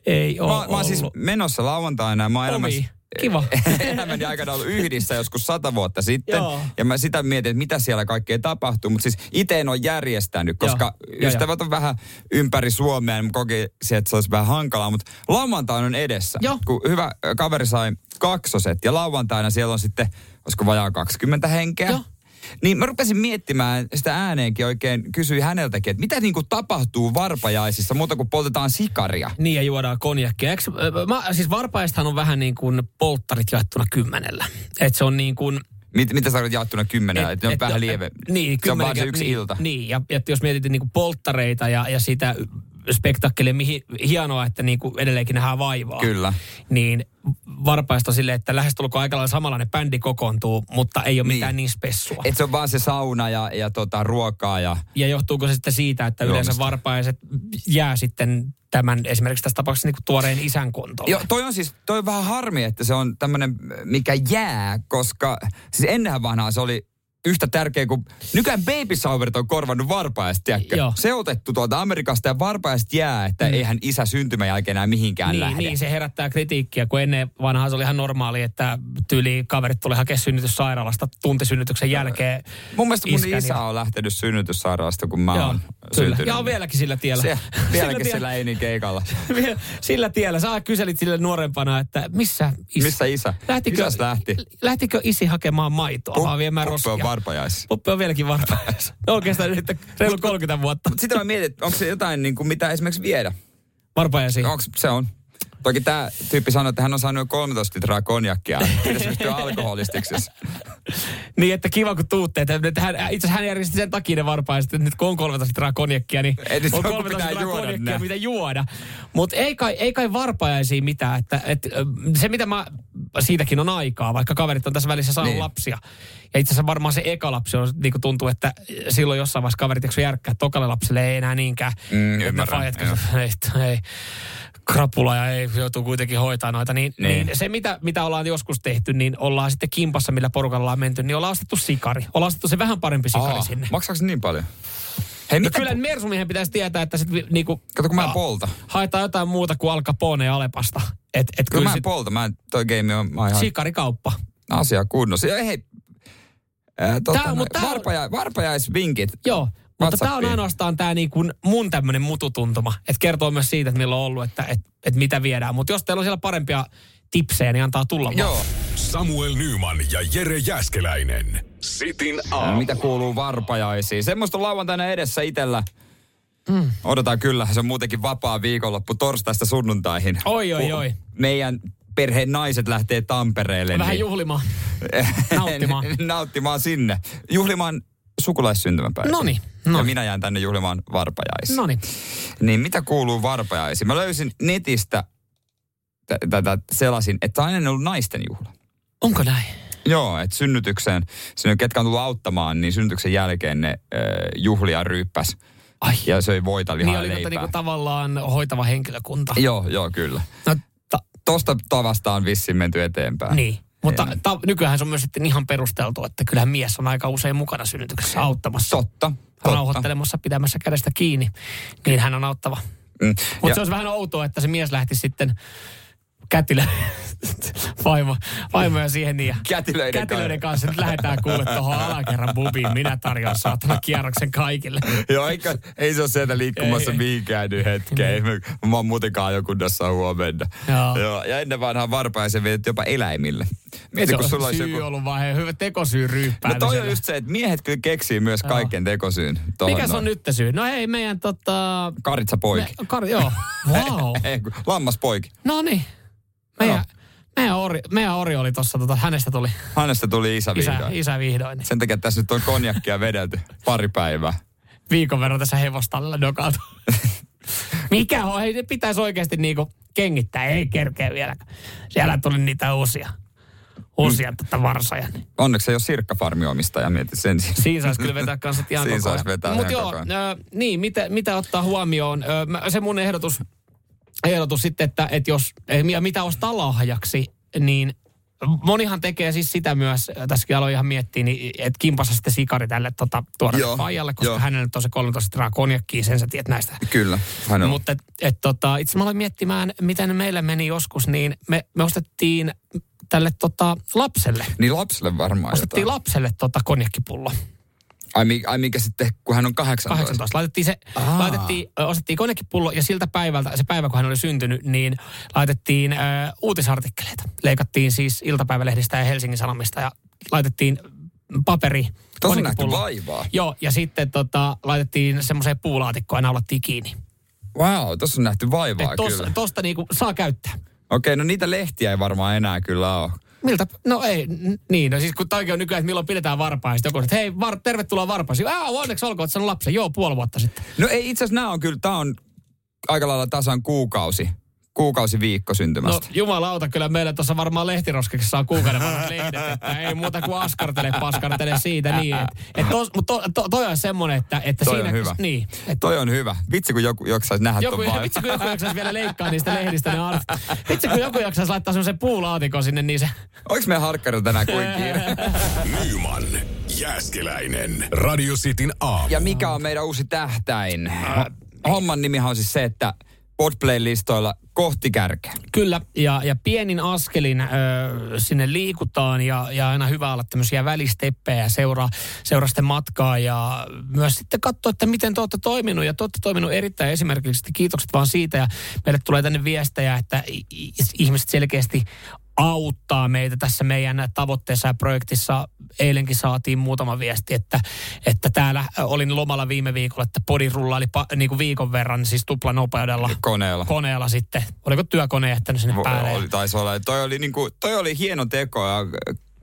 S2: No,
S3: ei, ei ole
S2: Mä, mä oon siis menossa lauantaina. Mä oon
S3: Omiin.
S2: elämässä-
S3: Kiva.
S2: elämäni aikana ollut yhdissä joskus sata vuotta sitten.
S3: Joo.
S2: Ja mä sitä mietin, että mitä siellä kaikkea tapahtuu. Mutta siis itse en ole järjestänyt, koska
S3: Joo, joo,
S2: joo, ystävät on vähän ympäri Suomea. Niin mä kokisin, että se olisi vähän hankalaa. Mutta lauantaina on edessä.
S3: Joo.
S2: Kun hyvä ö, kaveri sai kaksoset. Ja lauantaina siellä on sitten, olisiko vajaa 20 henkeä.
S3: Joo.
S2: Niin mä rupesin miettimään sitä ääneenkin oikein, kysyin häneltäkin, että mitä niin kuin tapahtuu varpajaisissa muuta kuin poltetaan sikaria.
S3: Niin ja juodaan konjakkia. Eks, ö, mä, siis varpaistahan on vähän niin kuin polttarit jaettuna kymmenellä. Et se on niin kuin...
S2: Mit, mitä sä tarkoitat jaettuna kymmenellä? Että ne on vähän lieve.
S3: Niin,
S2: se on
S3: kymmenen
S2: vaan se
S3: ker-
S2: yksi
S3: niin,
S2: ilta.
S3: Niin, ja, ja jos mietitään niinku polttareita ja, ja sitä spektakkelia, mihin, hienoa, että niinku edelleenkin nähdään vaivaa.
S2: Kyllä.
S3: Niin varpaista sille, että lähestulkoon aika lailla samanlainen bändi kokoontuu, mutta ei ole
S2: Niin.
S3: mitään niin spessua.
S2: Et se on vaan se sauna ja, ja tota, ruokaa ja...
S3: Ja johtuuko se sitten siitä, että yleensä
S2: Juomista.
S3: varpaiset jää sitten tämän esimerkiksi tässä tapauksessa niinku tuoreen isän kontolle?
S2: Joo, toi on siis, toi on vähän harmi, että se on tämmönen, mikä jää, koska siis ennenhän vanhaa se oli yhtä tärkeä kuin, nykyään baby showerit on korvannut varpaajasta, tiedätkö?
S3: Joo.
S2: Se otettu tuolta Amerikasta ja varpaajasta jää, että mm. eihän isä syntymän jälkeen enää mihinkään
S3: Niin,
S2: lähde.
S3: niin, se herättää kritiikkiä, kun ennen vanhaa se oli ihan normaali, että tyli kaverit tuli hakea synnytys sairaalasta tuntisynnytyksen jälkeen.
S2: Mun mielestä mun
S3: Iskäni.
S2: iskä, isä on lähtenyt synnytyssairaalasta, kun mä
S3: niin. Joo,
S2: oon
S3: kyllä.
S2: syntynyt.
S3: Ja on vieläkin sillä tiellä.
S2: Se, vieläkin
S3: sillä,
S2: sillä Einin keikalla.
S3: tiellä. sillä tiellä. Sä kyselit sille nuorempana, että missä isä?
S2: Missä isä?
S3: Lähtikö,
S2: Isäs lähti.
S3: lähtikö isi hakemaan maitoa, vaan viemään
S2: Puppe
S3: roskia?
S2: on varpajaisissa.
S3: Puppe on vieläkin varpaajassa. No oikeastaan nyt reilu 30
S2: niinku,
S3: vuotta
S2: Mutta sitä mä mietin, että onko se jotain, niin kuin, mitä esimerkiksi viedä?
S3: varpaajasi.
S2: Onko se on? Toki tämä tyyppi sanoi, että hän on saanut jo 13 litraa konjakkia. Pitäisi ryhtyä alkoholistiksi.
S3: Niin, että kiva kun tuutte. Että nyt hän, itse asiassa hän järjesti sen takia ne varpaiset, että nyt kun on 13 litraa konjakkia, niin
S2: Ei nyt
S3: on
S2: joku
S3: 13
S2: pitää
S3: litraa
S2: juoda
S3: konjakkia,
S2: nää.
S3: mitä juoda. Mutta ei kai, ei kai varpajaisiin mitään. Että, et, ö, se, mitä mä, siitäkin on aikaa, vaikka kaverit on tässä välissä saanut
S2: Niin.
S3: niin. lapsia. Ja itse asiassa varmaan se eka lapsi on, niin kuin tuntuu, että silloin jossain vaiheessa kaverit eksy järkkää, että tokalle lapselle ei enää niinkään.
S2: Mm,
S3: Että ne
S2: ymmärrän,
S3: faijat
S2: joo.
S3: katsoo, ei, ei, krapula ja ei joutuu kuitenkin hoitaa noita. Niin,
S2: Niin.
S3: niin. niin se, mitä, mitä ollaan joskus tehty, niin ollaan sitten kimpassa, millä porukalla on menty, niin ollaan ostettu sikari. Ollaan ostettu se vähän parempi sikari
S2: Aa,
S3: sinne.
S2: Maksaako se niin paljon? Hei,
S3: No
S2: mitä?
S3: kyllä Mersumiehen pitäisi tietää, että sit vi- niinku,
S2: Kato, kun mä en
S3: a-
S2: polta.
S3: haetaan jotain muuta kuin Al Capone ja Alepasta. Et, et
S2: Kyllä
S3: kyllä
S2: mä en
S3: sit
S2: polta. Mä en, toi game on mä oon ihan
S3: sikarikauppa.
S2: asia kunnossa. Ja hei, ää, tota,
S3: Tää on- mut tää on-
S2: varpaja, varpajaisvinkit.
S3: Joo, mutta tämä on
S2: WhatsAppiin.
S3: ainoastaan tämä niinku mun tämmöinen mututuntuma. Että kertoo myös siitä, että milloin on ollut, että et, et mitä viedään. Mutta jos teillä on siellä parempia tipsejä, niin antaa tulla vaan.
S2: Joo.
S1: Samuel Nyman ja Jere Jäskeläinen. Sitin aamu.
S2: Mitä kuuluu varpajaisiin? Semmoista on lauantaina edessä itellä. Mm. Odotan kyllä, se on muutenkin vapaa viikonloppu torstaista sunnuntaihin.
S3: Oi, oi,
S2: Kun
S3: oi.
S2: Meidän perheen naiset lähtee Tampereelle.
S3: Vähän
S2: niin-
S3: juhlimaan. nauttimaan.
S2: nauttimaan sinne. Juhlimaan sukulaissyntymäpäivää.
S3: Noniin,
S2: Ja
S3: noniin.
S2: minä jään tänne juhlimaan varpajaisiin.
S3: niin. No niin.
S2: Niin mitä kuuluu varpajaisiin? Mä löysin netistä tä- tätä sellaisin, että tämä on aina ollut naisten juhla.
S3: Onko näin?
S2: Joo, että synnytykseen, sinne ketkä on tullut auttamaan, niin synnytyksen jälkeen ne ö, juhlia ryyppäs.
S3: Ai.
S2: Ja söi voita lihaa
S3: Niin
S2: ja
S3: oliko tämä
S2: leipää.
S3: niinku tavallaan hoitava henkilökunta?
S2: Joo, joo, kyllä.
S3: No, ta,
S2: Tosta tavasta on vissiin menty eteenpäin.
S3: niin. Mutta
S2: Joo.
S3: ta, nykyään se on myös sitten ihan perusteltu, että kyllähän mies on aika usein mukana synnytyksessä auttamassa.
S2: Totta. totta.
S3: Rauhoittelemassa, pitämässä kädestä kiinni. Niin hän on auttava.
S2: Mm.
S3: Mutta
S2: Ja-
S3: se olisi vähän outoa, että se mies lähti sitten kätilö, vaimo, vaimoja siihen niin ja
S2: Kätilöiden
S3: kätilöiden
S2: kanssa.
S3: kanssa. Nyt lähdetään kuule tuohon alakerran bubiin. Minä tarjoan saatana kierroksen kaikille.
S2: Joo, eikä, ei se ole sieltä liikkumassa
S3: Ei, ei.
S2: mihinkään nyt hetkeen. Mä, mä oon muutenkaan ajokunnassa huomenna.
S3: Joo.
S2: Joo. Ja ennen vanhaan varpaisen vietit jopa eläimille. Mieti,
S3: se
S2: kun sulla
S3: on
S2: olisi
S3: syy
S2: joku...
S3: ollut vaan hyvä tekosyy
S2: No
S3: ryyppäämiselle.
S2: toi on just se, että miehet kyllä keksii myös kaiken tekosyyn. Tohon
S3: Mikä se on
S2: noin.
S3: nyt syy? No hei, meidän tota...
S2: Karitsa poiki.
S3: Me, kar, joo. Wow.
S2: Ei, kun lammas poiki.
S3: No niin. Meidän, meidän, ori, meidän ori oli tossa, tota, hänestä tuli
S2: Hänestä tuli isä
S3: isä,
S2: vihdoin.
S3: isä vihdoin. niin
S2: Sen takia tässä nyt on konjakkia vedelty pari päivää.
S3: Viikon verran tässä hevostalla dokaatu. Mikä on? Hei, se pitäisi oikeasti niinku kengittää. Ei kerkeä vielä. Siellä tuli niitä uusia. Uusia mm. tota varsoja. niin.
S2: Onneksi ei ole sirkkafarmiomistaja, mieti sen siis.
S3: Siinä saisi kyllä vetää kanssa ihan
S2: Siinä
S3: koko ajan.
S2: saisi vetää
S3: Mut
S2: ihan
S3: joo,
S2: koko ajan.
S3: Ö, niin, mitä, mitä ottaa huomioon? Ö, mä, se mun ehdotus, ehdotus sitten, että, että jos, eh, ja mitä ostaa lahjaksi, niin monihan tekee siis sitä myös, ö, tässäkin aloin ihan miettiä, niin, että kimpassa sitten sikari tälle tota,
S2: Joo,
S3: tuorelle faijalle, koska
S2: joo.
S3: joo. hänellä nyt on se 13 litraa konjakkiin, sen sä tiedät näistä.
S2: Kyllä, hän on.
S3: Mutta et, et, tota, itse mä aloin miettimään, miten meillä meni joskus, niin me, me ostettiin tälle tota, lapselle.
S2: Niin lapselle varmaan
S3: Ostettiin
S2: jotain.
S3: lapselle tota konjakkipullo.
S2: Ai, mi- ai mikä sitten, kun hän on 18.
S3: 18. Laitettiin se,
S2: Aa.
S3: laitettiin, ö, ostettiin konekipullo ja siltä päivältä, se päivä kun hän oli syntynyt, niin laitettiin ö, uutisartikkeleita. Leikattiin siis iltapäivälehdistä ja Helsingin Sanomista ja laitettiin paperi.
S2: Tuossa on nähty
S3: konekipullo.
S2: vaivaa.
S3: Joo, ja sitten tota, laitettiin semmoiseen puulaatikkoon ja naulattiin kiinni.
S2: Wow, tuossa on nähty vaivaa
S3: Et tos,
S2: kyllä.
S3: tosta niinku saa käyttää.
S2: Okei, no niitä lehtiä ei varmaan enää kyllä ole.
S3: Miltä? No ei, n- niin. No siis kun toikin on nykyään, että milloin pidetään varpaa. Sitten joku sanoo, että hei, var, tervetuloa varpaasi. Aa, onneksi olkoon, että saanut lapsen. Joo, puoli vuotta sitten.
S2: No ei, itse asiassa nämä on kyllä, tämä on aika lailla tasan kuukausi. Kuukausi viikko
S3: No
S2: syntymästä.
S3: jumalauta, kyllä meillä tuossa varmaan lehtiroskeksessa saa kuukauden vanhat lehdet, että ei muuta kuin askartele, paskartele siitä niin. Et, et tos, mut to, to, toi on semmoinen, että, että
S2: Toi on
S3: siinä...
S2: hyvä.
S3: Niin, et,
S2: Toi on hyvä. Vitsi, kun joku, joku saisi nähdä
S3: joku,
S2: ton vaivan.
S3: vitsi kun joku jaksaisi vielä leikkaa niistä lehdistä ne art. Vitsi kun joku jaksaisi laittaa semmoisen puulaatikon sinne, niin se...
S2: Oiks meidän harkkarilla tänään kuin kiire?
S1: Nyman, Jääskeläinen, Radio Cityn aamu.
S2: Ja mikä on meidän uusi tähtäin? Homman nimihan on siis se, että Podplay-listoilla kohti kärkeä.
S3: Kyllä, ja, ja pienin askelin ö, sinne liikutaan ja, ja aina hyvä olla tämmöisiä välisteppejä ja seuraa, seuraa sitten matkaa ja myös sitten katsoa, että miten te olette toiminut ja te olette toiminut erittäin esimerkiksi kiitokset vaan siitä ja meille tulee tänne viestejä, että i- i- ihmiset selkeästi auttaa meitä tässä meidän tavoitteessa ja projektissa. Eilenkin saatiin muutama viesti, että, että täällä olin lomalla viime viikolla, että podin rulla oli pa, niin kuin viikon verran, siis tuplanopeudella.
S2: Koneella.
S3: Koneella sitten. Oliko työkone jättänyt sinne päälle?
S2: Oli, taisi olla. Toi oli, niin kuin, toi oli hieno teko ja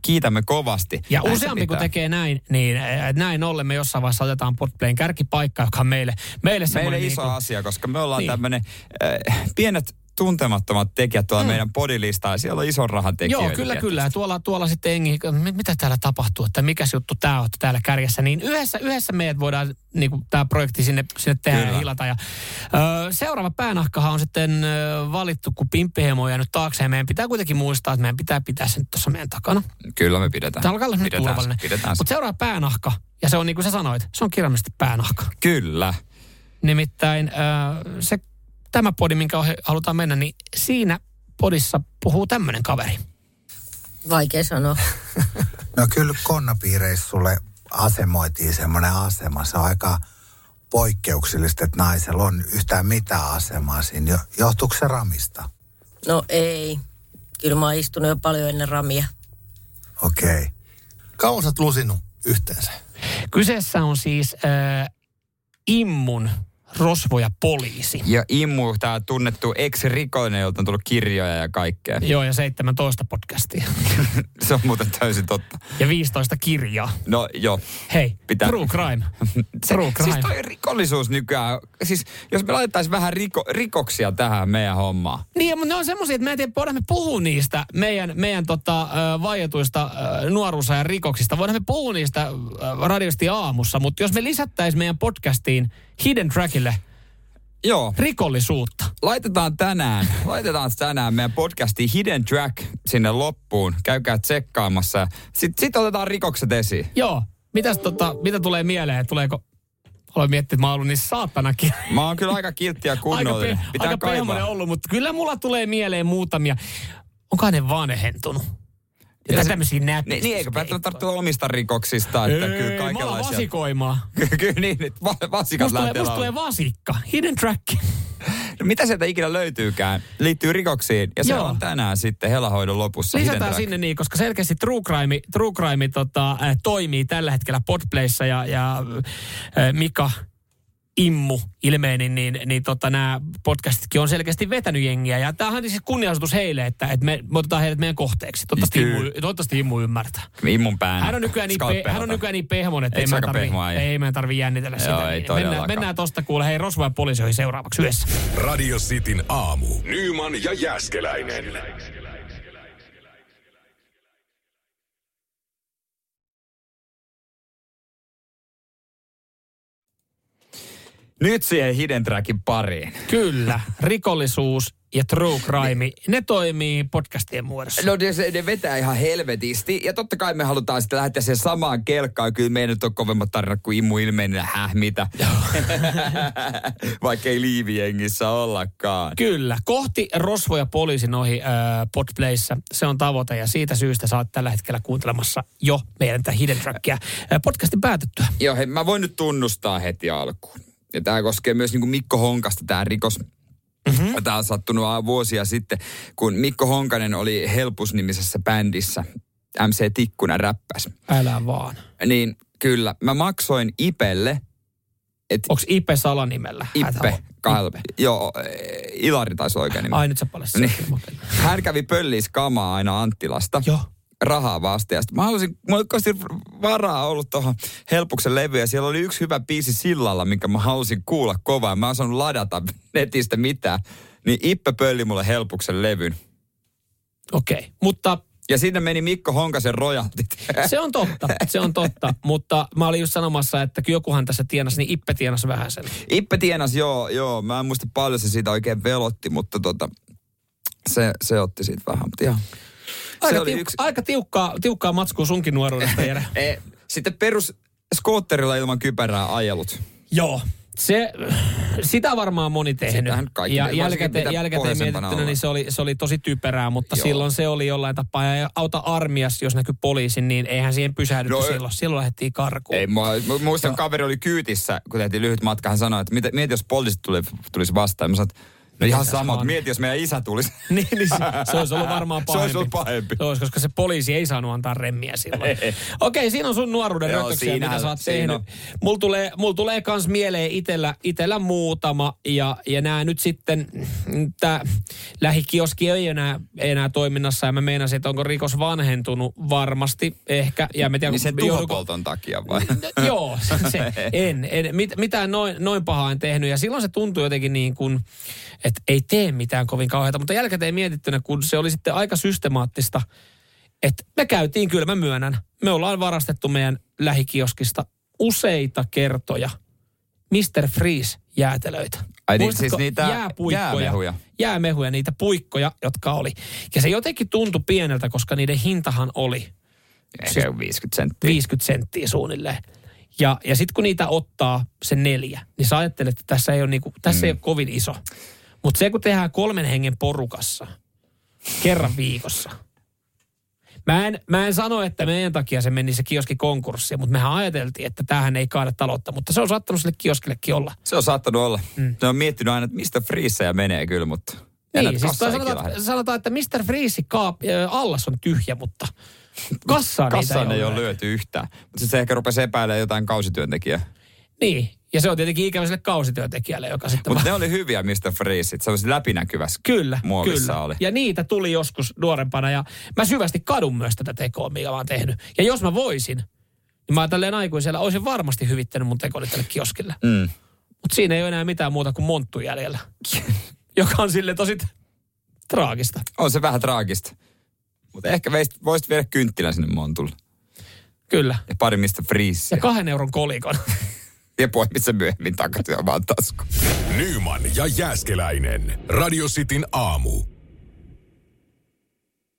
S2: kiitämme kovasti.
S3: Ja
S2: Näin se
S3: useampi kun
S2: pitää.
S3: tekee näin, niin eh, näin ollen me jossain vaiheessa otetaan Podplayn kärkipaikka, joka on meille, meille,
S2: Meille
S3: semmoinen
S2: iso
S3: niin kuin,
S2: asia, koska me ollaan
S3: Niin.
S2: niin. tämmöinen äh, pienet tuntemattomat tekijät tuolla mm. meidän podilistalla ja siellä on ison rahan tekijöitä.
S3: Joo, kyllä,
S2: tietysti.
S3: kyllä. Ja Tuolla, tuolla sitten engi, mi- mitä täällä tapahtuu, että mikä juttu tämä on että täällä kärjessä. Niin yhdessä, yhdessä meidät voidaan niin tämä projekti sinne, sinne tehdä kyllä. ja
S2: Kyllä.
S3: hilata. Ja, ö, seuraava päänahkahan on sitten ö, valittu, kun pimppihemo on jäänyt taakse. Ja meidän pitää kuitenkin muistaa, että meidän pitää pitää se nyt tuossa meidän takana.
S2: Kyllä me pidetään.
S3: Tämä alkaa olla nyt
S2: pidetään, se,
S3: turvallinen.
S2: Pidetään se.
S3: Mutta seuraava päänahka, ja se on niin kuin sä sanoit, se on kirjallisesti päänahka.
S2: Kyllä.
S3: Nimittäin äh, se, tämä podi, minkä ohi halutaan mennä, niin siinä podissa puhuu tämmöinen kaveri.
S12: Vaikea sanoa.
S13: No kyllä konnapiireissä sulle asemoitiin semmoinen asema. Se on aika poikkeuksellista, että naisella on yhtään mitään asemaa siinä. Jo- Johtuuko se ramista?
S12: No ei. Kyllä mä oon istunut jo paljon ennen ramia.
S13: Okei. Okay. Kauan sä oot lusinut yhteensä?
S3: Kyseessä on siis äh, Immun rosvoja poliisi.
S2: Ja Immu, tämä tunnettu ex-rikollinen, jolta on tullut kirjoja ja kaikkea.
S3: Joo, ja 17 podcastia.
S2: Se on muuten täysin totta.
S3: Ja 15 kirjaa.
S2: No joo.
S3: Hei,
S2: Pitää-
S3: true crime.
S2: Se,
S3: True crime.
S2: siis toi rikollisuus nykyään, siis jos me laitettaisiin vähän riko, rikoksia tähän meidän hommaan.
S3: Niin, mutta ne on semmoisia, että mä en tiedä, voidaan me puhua niistä meidän, meidän tota, ö, vaietuista ö, nuoruusajan rikoksista. Voidaan me puhua niistä ö, radiosti aamussa, mutta jos me lisättäisiin meidän podcastiin Hidden Trackille
S2: Joo.
S3: rikollisuutta.
S2: Laitetaan tänään, laitetaan tänään meidän podcastiin Hidden Track sinne loppuun. Käykää tsekkaamassa. Sitten sit otetaan rikokset esiin.
S3: Joo, Mitäs, tota, mitä tulee mieleen? Tuleeko, aloin miettiä, että mä oon ollut niin saatanakin.
S2: Mä oon kyllä aika kiltti ja kunnollinen.
S3: Aika, pe-
S2: Pitää
S3: aika pehmonen
S2: kaivaa.
S3: ollut, mutta kyllä mulla tulee mieleen muutamia. Onko ne vanhentunut? Jotain
S2: se-
S3: tämmöisiä näppiä.
S2: Niin, niin eikö välttämättä tarvitse olla omista rikoksista, että
S3: Ei,
S2: kyllä
S3: mä alan
S2: kaikenlaisia.
S3: vasikoimaan.
S2: kyllä niin, että va- vasikat
S3: Musta tulee,
S2: lähtee
S3: musta tulee
S2: laulamaan.
S3: vasikka. Hidden track.
S2: No, mitä sieltä ikinä löytyykään, liittyy rikoksiin. Ja se
S3: Joo.
S2: on tänään sitten helahoidon lopussa. Hidden
S3: Lisätään
S2: Track.
S3: sinne niin, koska selkeästi True Crime, true crime tota, äh, toimii tällä hetkellä Podplayssa ja, ja äh, Mika Immu ilmeinen, niin, niin tota, nämä podcastitkin on selkeästi vetänyt jengiä. Ja tämähän on siis kunnianosoitus heille, että, että me, me otetaan heidät meidän kohteeksi. Toivottavasti,
S2: Siis Kyllä.
S3: Immu, toivottavasti Immu ymmärtää.
S2: Immun päänä.
S3: Hän on nykyään niin, pe- hän on nykyään niin pehmonen, että
S2: Eikö
S3: ei
S2: se
S3: meidän
S2: aika
S3: tarvi,
S2: pehmo äijä?
S3: ei meidän tarvi jännitellä
S2: Joo,
S3: sitä.
S2: ei
S3: Niin mennään,
S2: todellakaan.
S3: mennään tosta kuule. Hei, Rosva ja poliisioihin seuraavaksi yhdessä.
S1: Radio Cityn aamu. Nyman ja Jäskeläinen.
S2: Nyt siihen Hidden Trackin pariin.
S3: Kyllä, rikollisuus ja true crime, ne toimii podcastien muodossa.
S2: No ne, se, ne vetää ihan helvetisti. Ja totta kai me halutaan sitten lähteä sen samaan kelkkaan. Kyllä meidän nyt on kovemmat tarinat kuin Immu ilmeinen. Häh, mitä? Vaikka ei liivijengissä ollakaan.
S3: Kyllä, kohti rosvoja poliisin ohi äh, Podplayssä. Se on tavoite ja siitä syystä sä oot tällä hetkellä kuuntelemassa jo meidän tätä Hidden Trackia äh, podcastin päätettyä.
S2: Joo, hei, mä voin nyt tunnustaa heti alkuun. Ja tämä koskee myös niin kuin Mikko Honkasta tämä rikos. Mm-hmm. Tämä on sattunut aivan vuosia sitten, kun Mikko Honkanen oli Helpus-nimisessä bändissä. MC Tikkuna räppäs.
S3: Älä vaan.
S2: Niin kyllä, mä maksoin Ipelle. Et
S3: Onks Ipe salanimellä?
S2: Ippe, Kalve. Joo, eh, Ilari taisi oikein nimi.
S3: Ai nyt sä paljastit.
S2: Niin. Hän kävi pölliis kamaa aina Anttilasta.
S3: Joo.
S2: Rahaa vasta. Ja sit mä halusin, mä olin kovasti varaa ollut tuohon Helpuksen levyyn. Ja siellä oli yksi hyvä biisi sillalla, minkä mä halusin kuulla kovaa. Mä en osannut ladata netistä mitään. Niin Ippe pölli mulle Helpuksen levyn.
S3: Okei, okay. mutta
S2: Ja siinä meni Mikko Honkasen rojaltit.
S3: se on totta, se on totta. Mutta mä olin just sanomassa, että kun jokuhan tässä tienasi, niin Ippe tienasi vähän sen.
S2: Ippe tienas, joo, joo. Mä en muista paljon se siitä oikein velotti, mutta tota, se, se otti siitä vähän. Mutta ihan.
S3: Aika,
S2: oli
S3: tiukka,
S2: yksi-
S3: aika tiukkaa, tiukkaa matskua sunkin nuoruudesta, Jere.
S2: E, sitten perus skootterilla ilman kypärää ajelut.
S3: Joo. Se, sitä varmaan moni tehnyt.
S2: Sitähän kaikki
S3: ja
S2: tekee, varsinkin
S3: jälkikäteen,
S2: mitä
S3: jälkikäteen
S2: pohjoisempana
S3: mietittynä,
S2: ollaan.
S3: niin se oli, se oli tosi typerää, mutta Joo.
S2: Joo.
S3: silloin se oli jollain tapaa. Ja auta armias, jos näkyy poliisin, niin eihän siihen pysähdytty no,
S2: No,
S3: silloin. Silloin lähdettiin karkuun.
S2: Ei, mä, mä muistan, kaveri oli kyytissä, kun tehtiin lyhyt matka. Hän sanoi, että mitä, mieti, jos poliisit tuli, tulisi vastaan. Mä sanoin, että No ihan sama, mutta mieti, jos meidän isä tulisi.
S3: niin, niin se, se olisi ollut varmaan
S2: Se
S3: pahempi.
S2: olisi ollut pahempi.
S3: Se olisi, koska se poliisi ei saanut antaa remmiä silloin. Okei, okay, siinä on sun nuoruuden
S2: Joo,
S3: rötöksiä, mitä
S2: siinähän-
S3: sä oot
S2: siinä
S3: tehnyt. Mulla tulee, mul tulee kans mieleen itellä, itellä muutama, ja, ja nämä nyt sitten, tämä lähikioski ei enää, enää toiminnassa, ja mä meinasin, että onko rikos vanhentunut varmasti ehkä. Ja mä tiedän,
S2: Niin sen
S3: jouduinko-
S2: tuhopolton takia vai?
S3: No, joo, se- se, en. en mit, mitään noin, noin pahaa en tehnyt. Ja silloin se tuntui jotenkin niin kuin, että ei tee mitään kovin kauheata. Mutta jälkikäteen mietittynä, kun se oli sitten aika systemaattista, että me käytiin, kyllä mä myönnän, me ollaan varastettu meidän lähikioskista useita kertoja Mr. Freeze jäätelöitä.
S2: Ai niin,
S3: Muistatko?
S2: siis niitä jäämehuja.
S3: jäämehuja, niitä puikkoja, jotka oli. Ja se jotenkin tuntui pieneltä, koska niiden hintahan oli
S2: Ehkä 50 senttiä.
S3: 50 senttiä suunnilleen. Ja, ja sitten kun niitä ottaa se neljä, niin sä ajattelet, että tässä ei ole, niinku, tässä mm. ei ole kovin iso. Mutta se kun tehdään kolmen hengen porukassa, kerran viikossa. Mä en, mä en sano, että meidän takia se meni se kioski konkurssiin, mutta mehän ajateltiin, että tähän ei kaada taloutta, mutta se on saattanut sille kioskillekin olla.
S2: Se on saattanut olla. Mm. Ne on miettinyt aina, että mistä friisejä menee kyllä, mutta... en näitä
S3: Niin, siis
S2: kassaan
S3: tai
S2: ikinä lähde.
S3: sanotaan, sanotaan, että Mr. Freeze kaap, äh, allas on tyhjä, mutta kassaan,
S2: Kassaan
S3: niitä
S2: ei ole lyöty yhtään. Mutta sitten se ehkä rupesi epäilemään jotain kausityöntekijää.
S3: Niin, ja se on tietenkin ikävä sille kausityöntekijälle, joka sitten...
S2: Mutta
S3: vaan-
S2: ne oli hyviä Mr. Freezeit. Se olisi läpinäkyvässä.
S3: Kyllä,
S2: Muovissa
S3: kyllä.
S2: oli.
S3: Ja niitä tuli joskus nuorempana ja mä syvästi kadun myös tätä tekoa, mikä mä oon tehnyt. Ja jos mä voisin, niin mä tälleen aikuisella olisin varmasti hyvittänyt mun tekoni tälle kioskille.
S2: Mm.
S3: Mutta siinä ei ole enää mitään muuta kuin monttu jäljellä, joka on sille tosi traagista.
S2: On se vähän traagista. Mutta ehkä veisit- voisit viedä kynttilän sinne montulle.
S3: Kyllä.
S2: Ja pari Mr. Freezea.
S3: Ja kahden euron kolikon.
S2: Ja poimit sen myöhemmin takaisin omaan taskuun.
S1: Nyman ja Jääskeläinen. Radio Cityn aamu.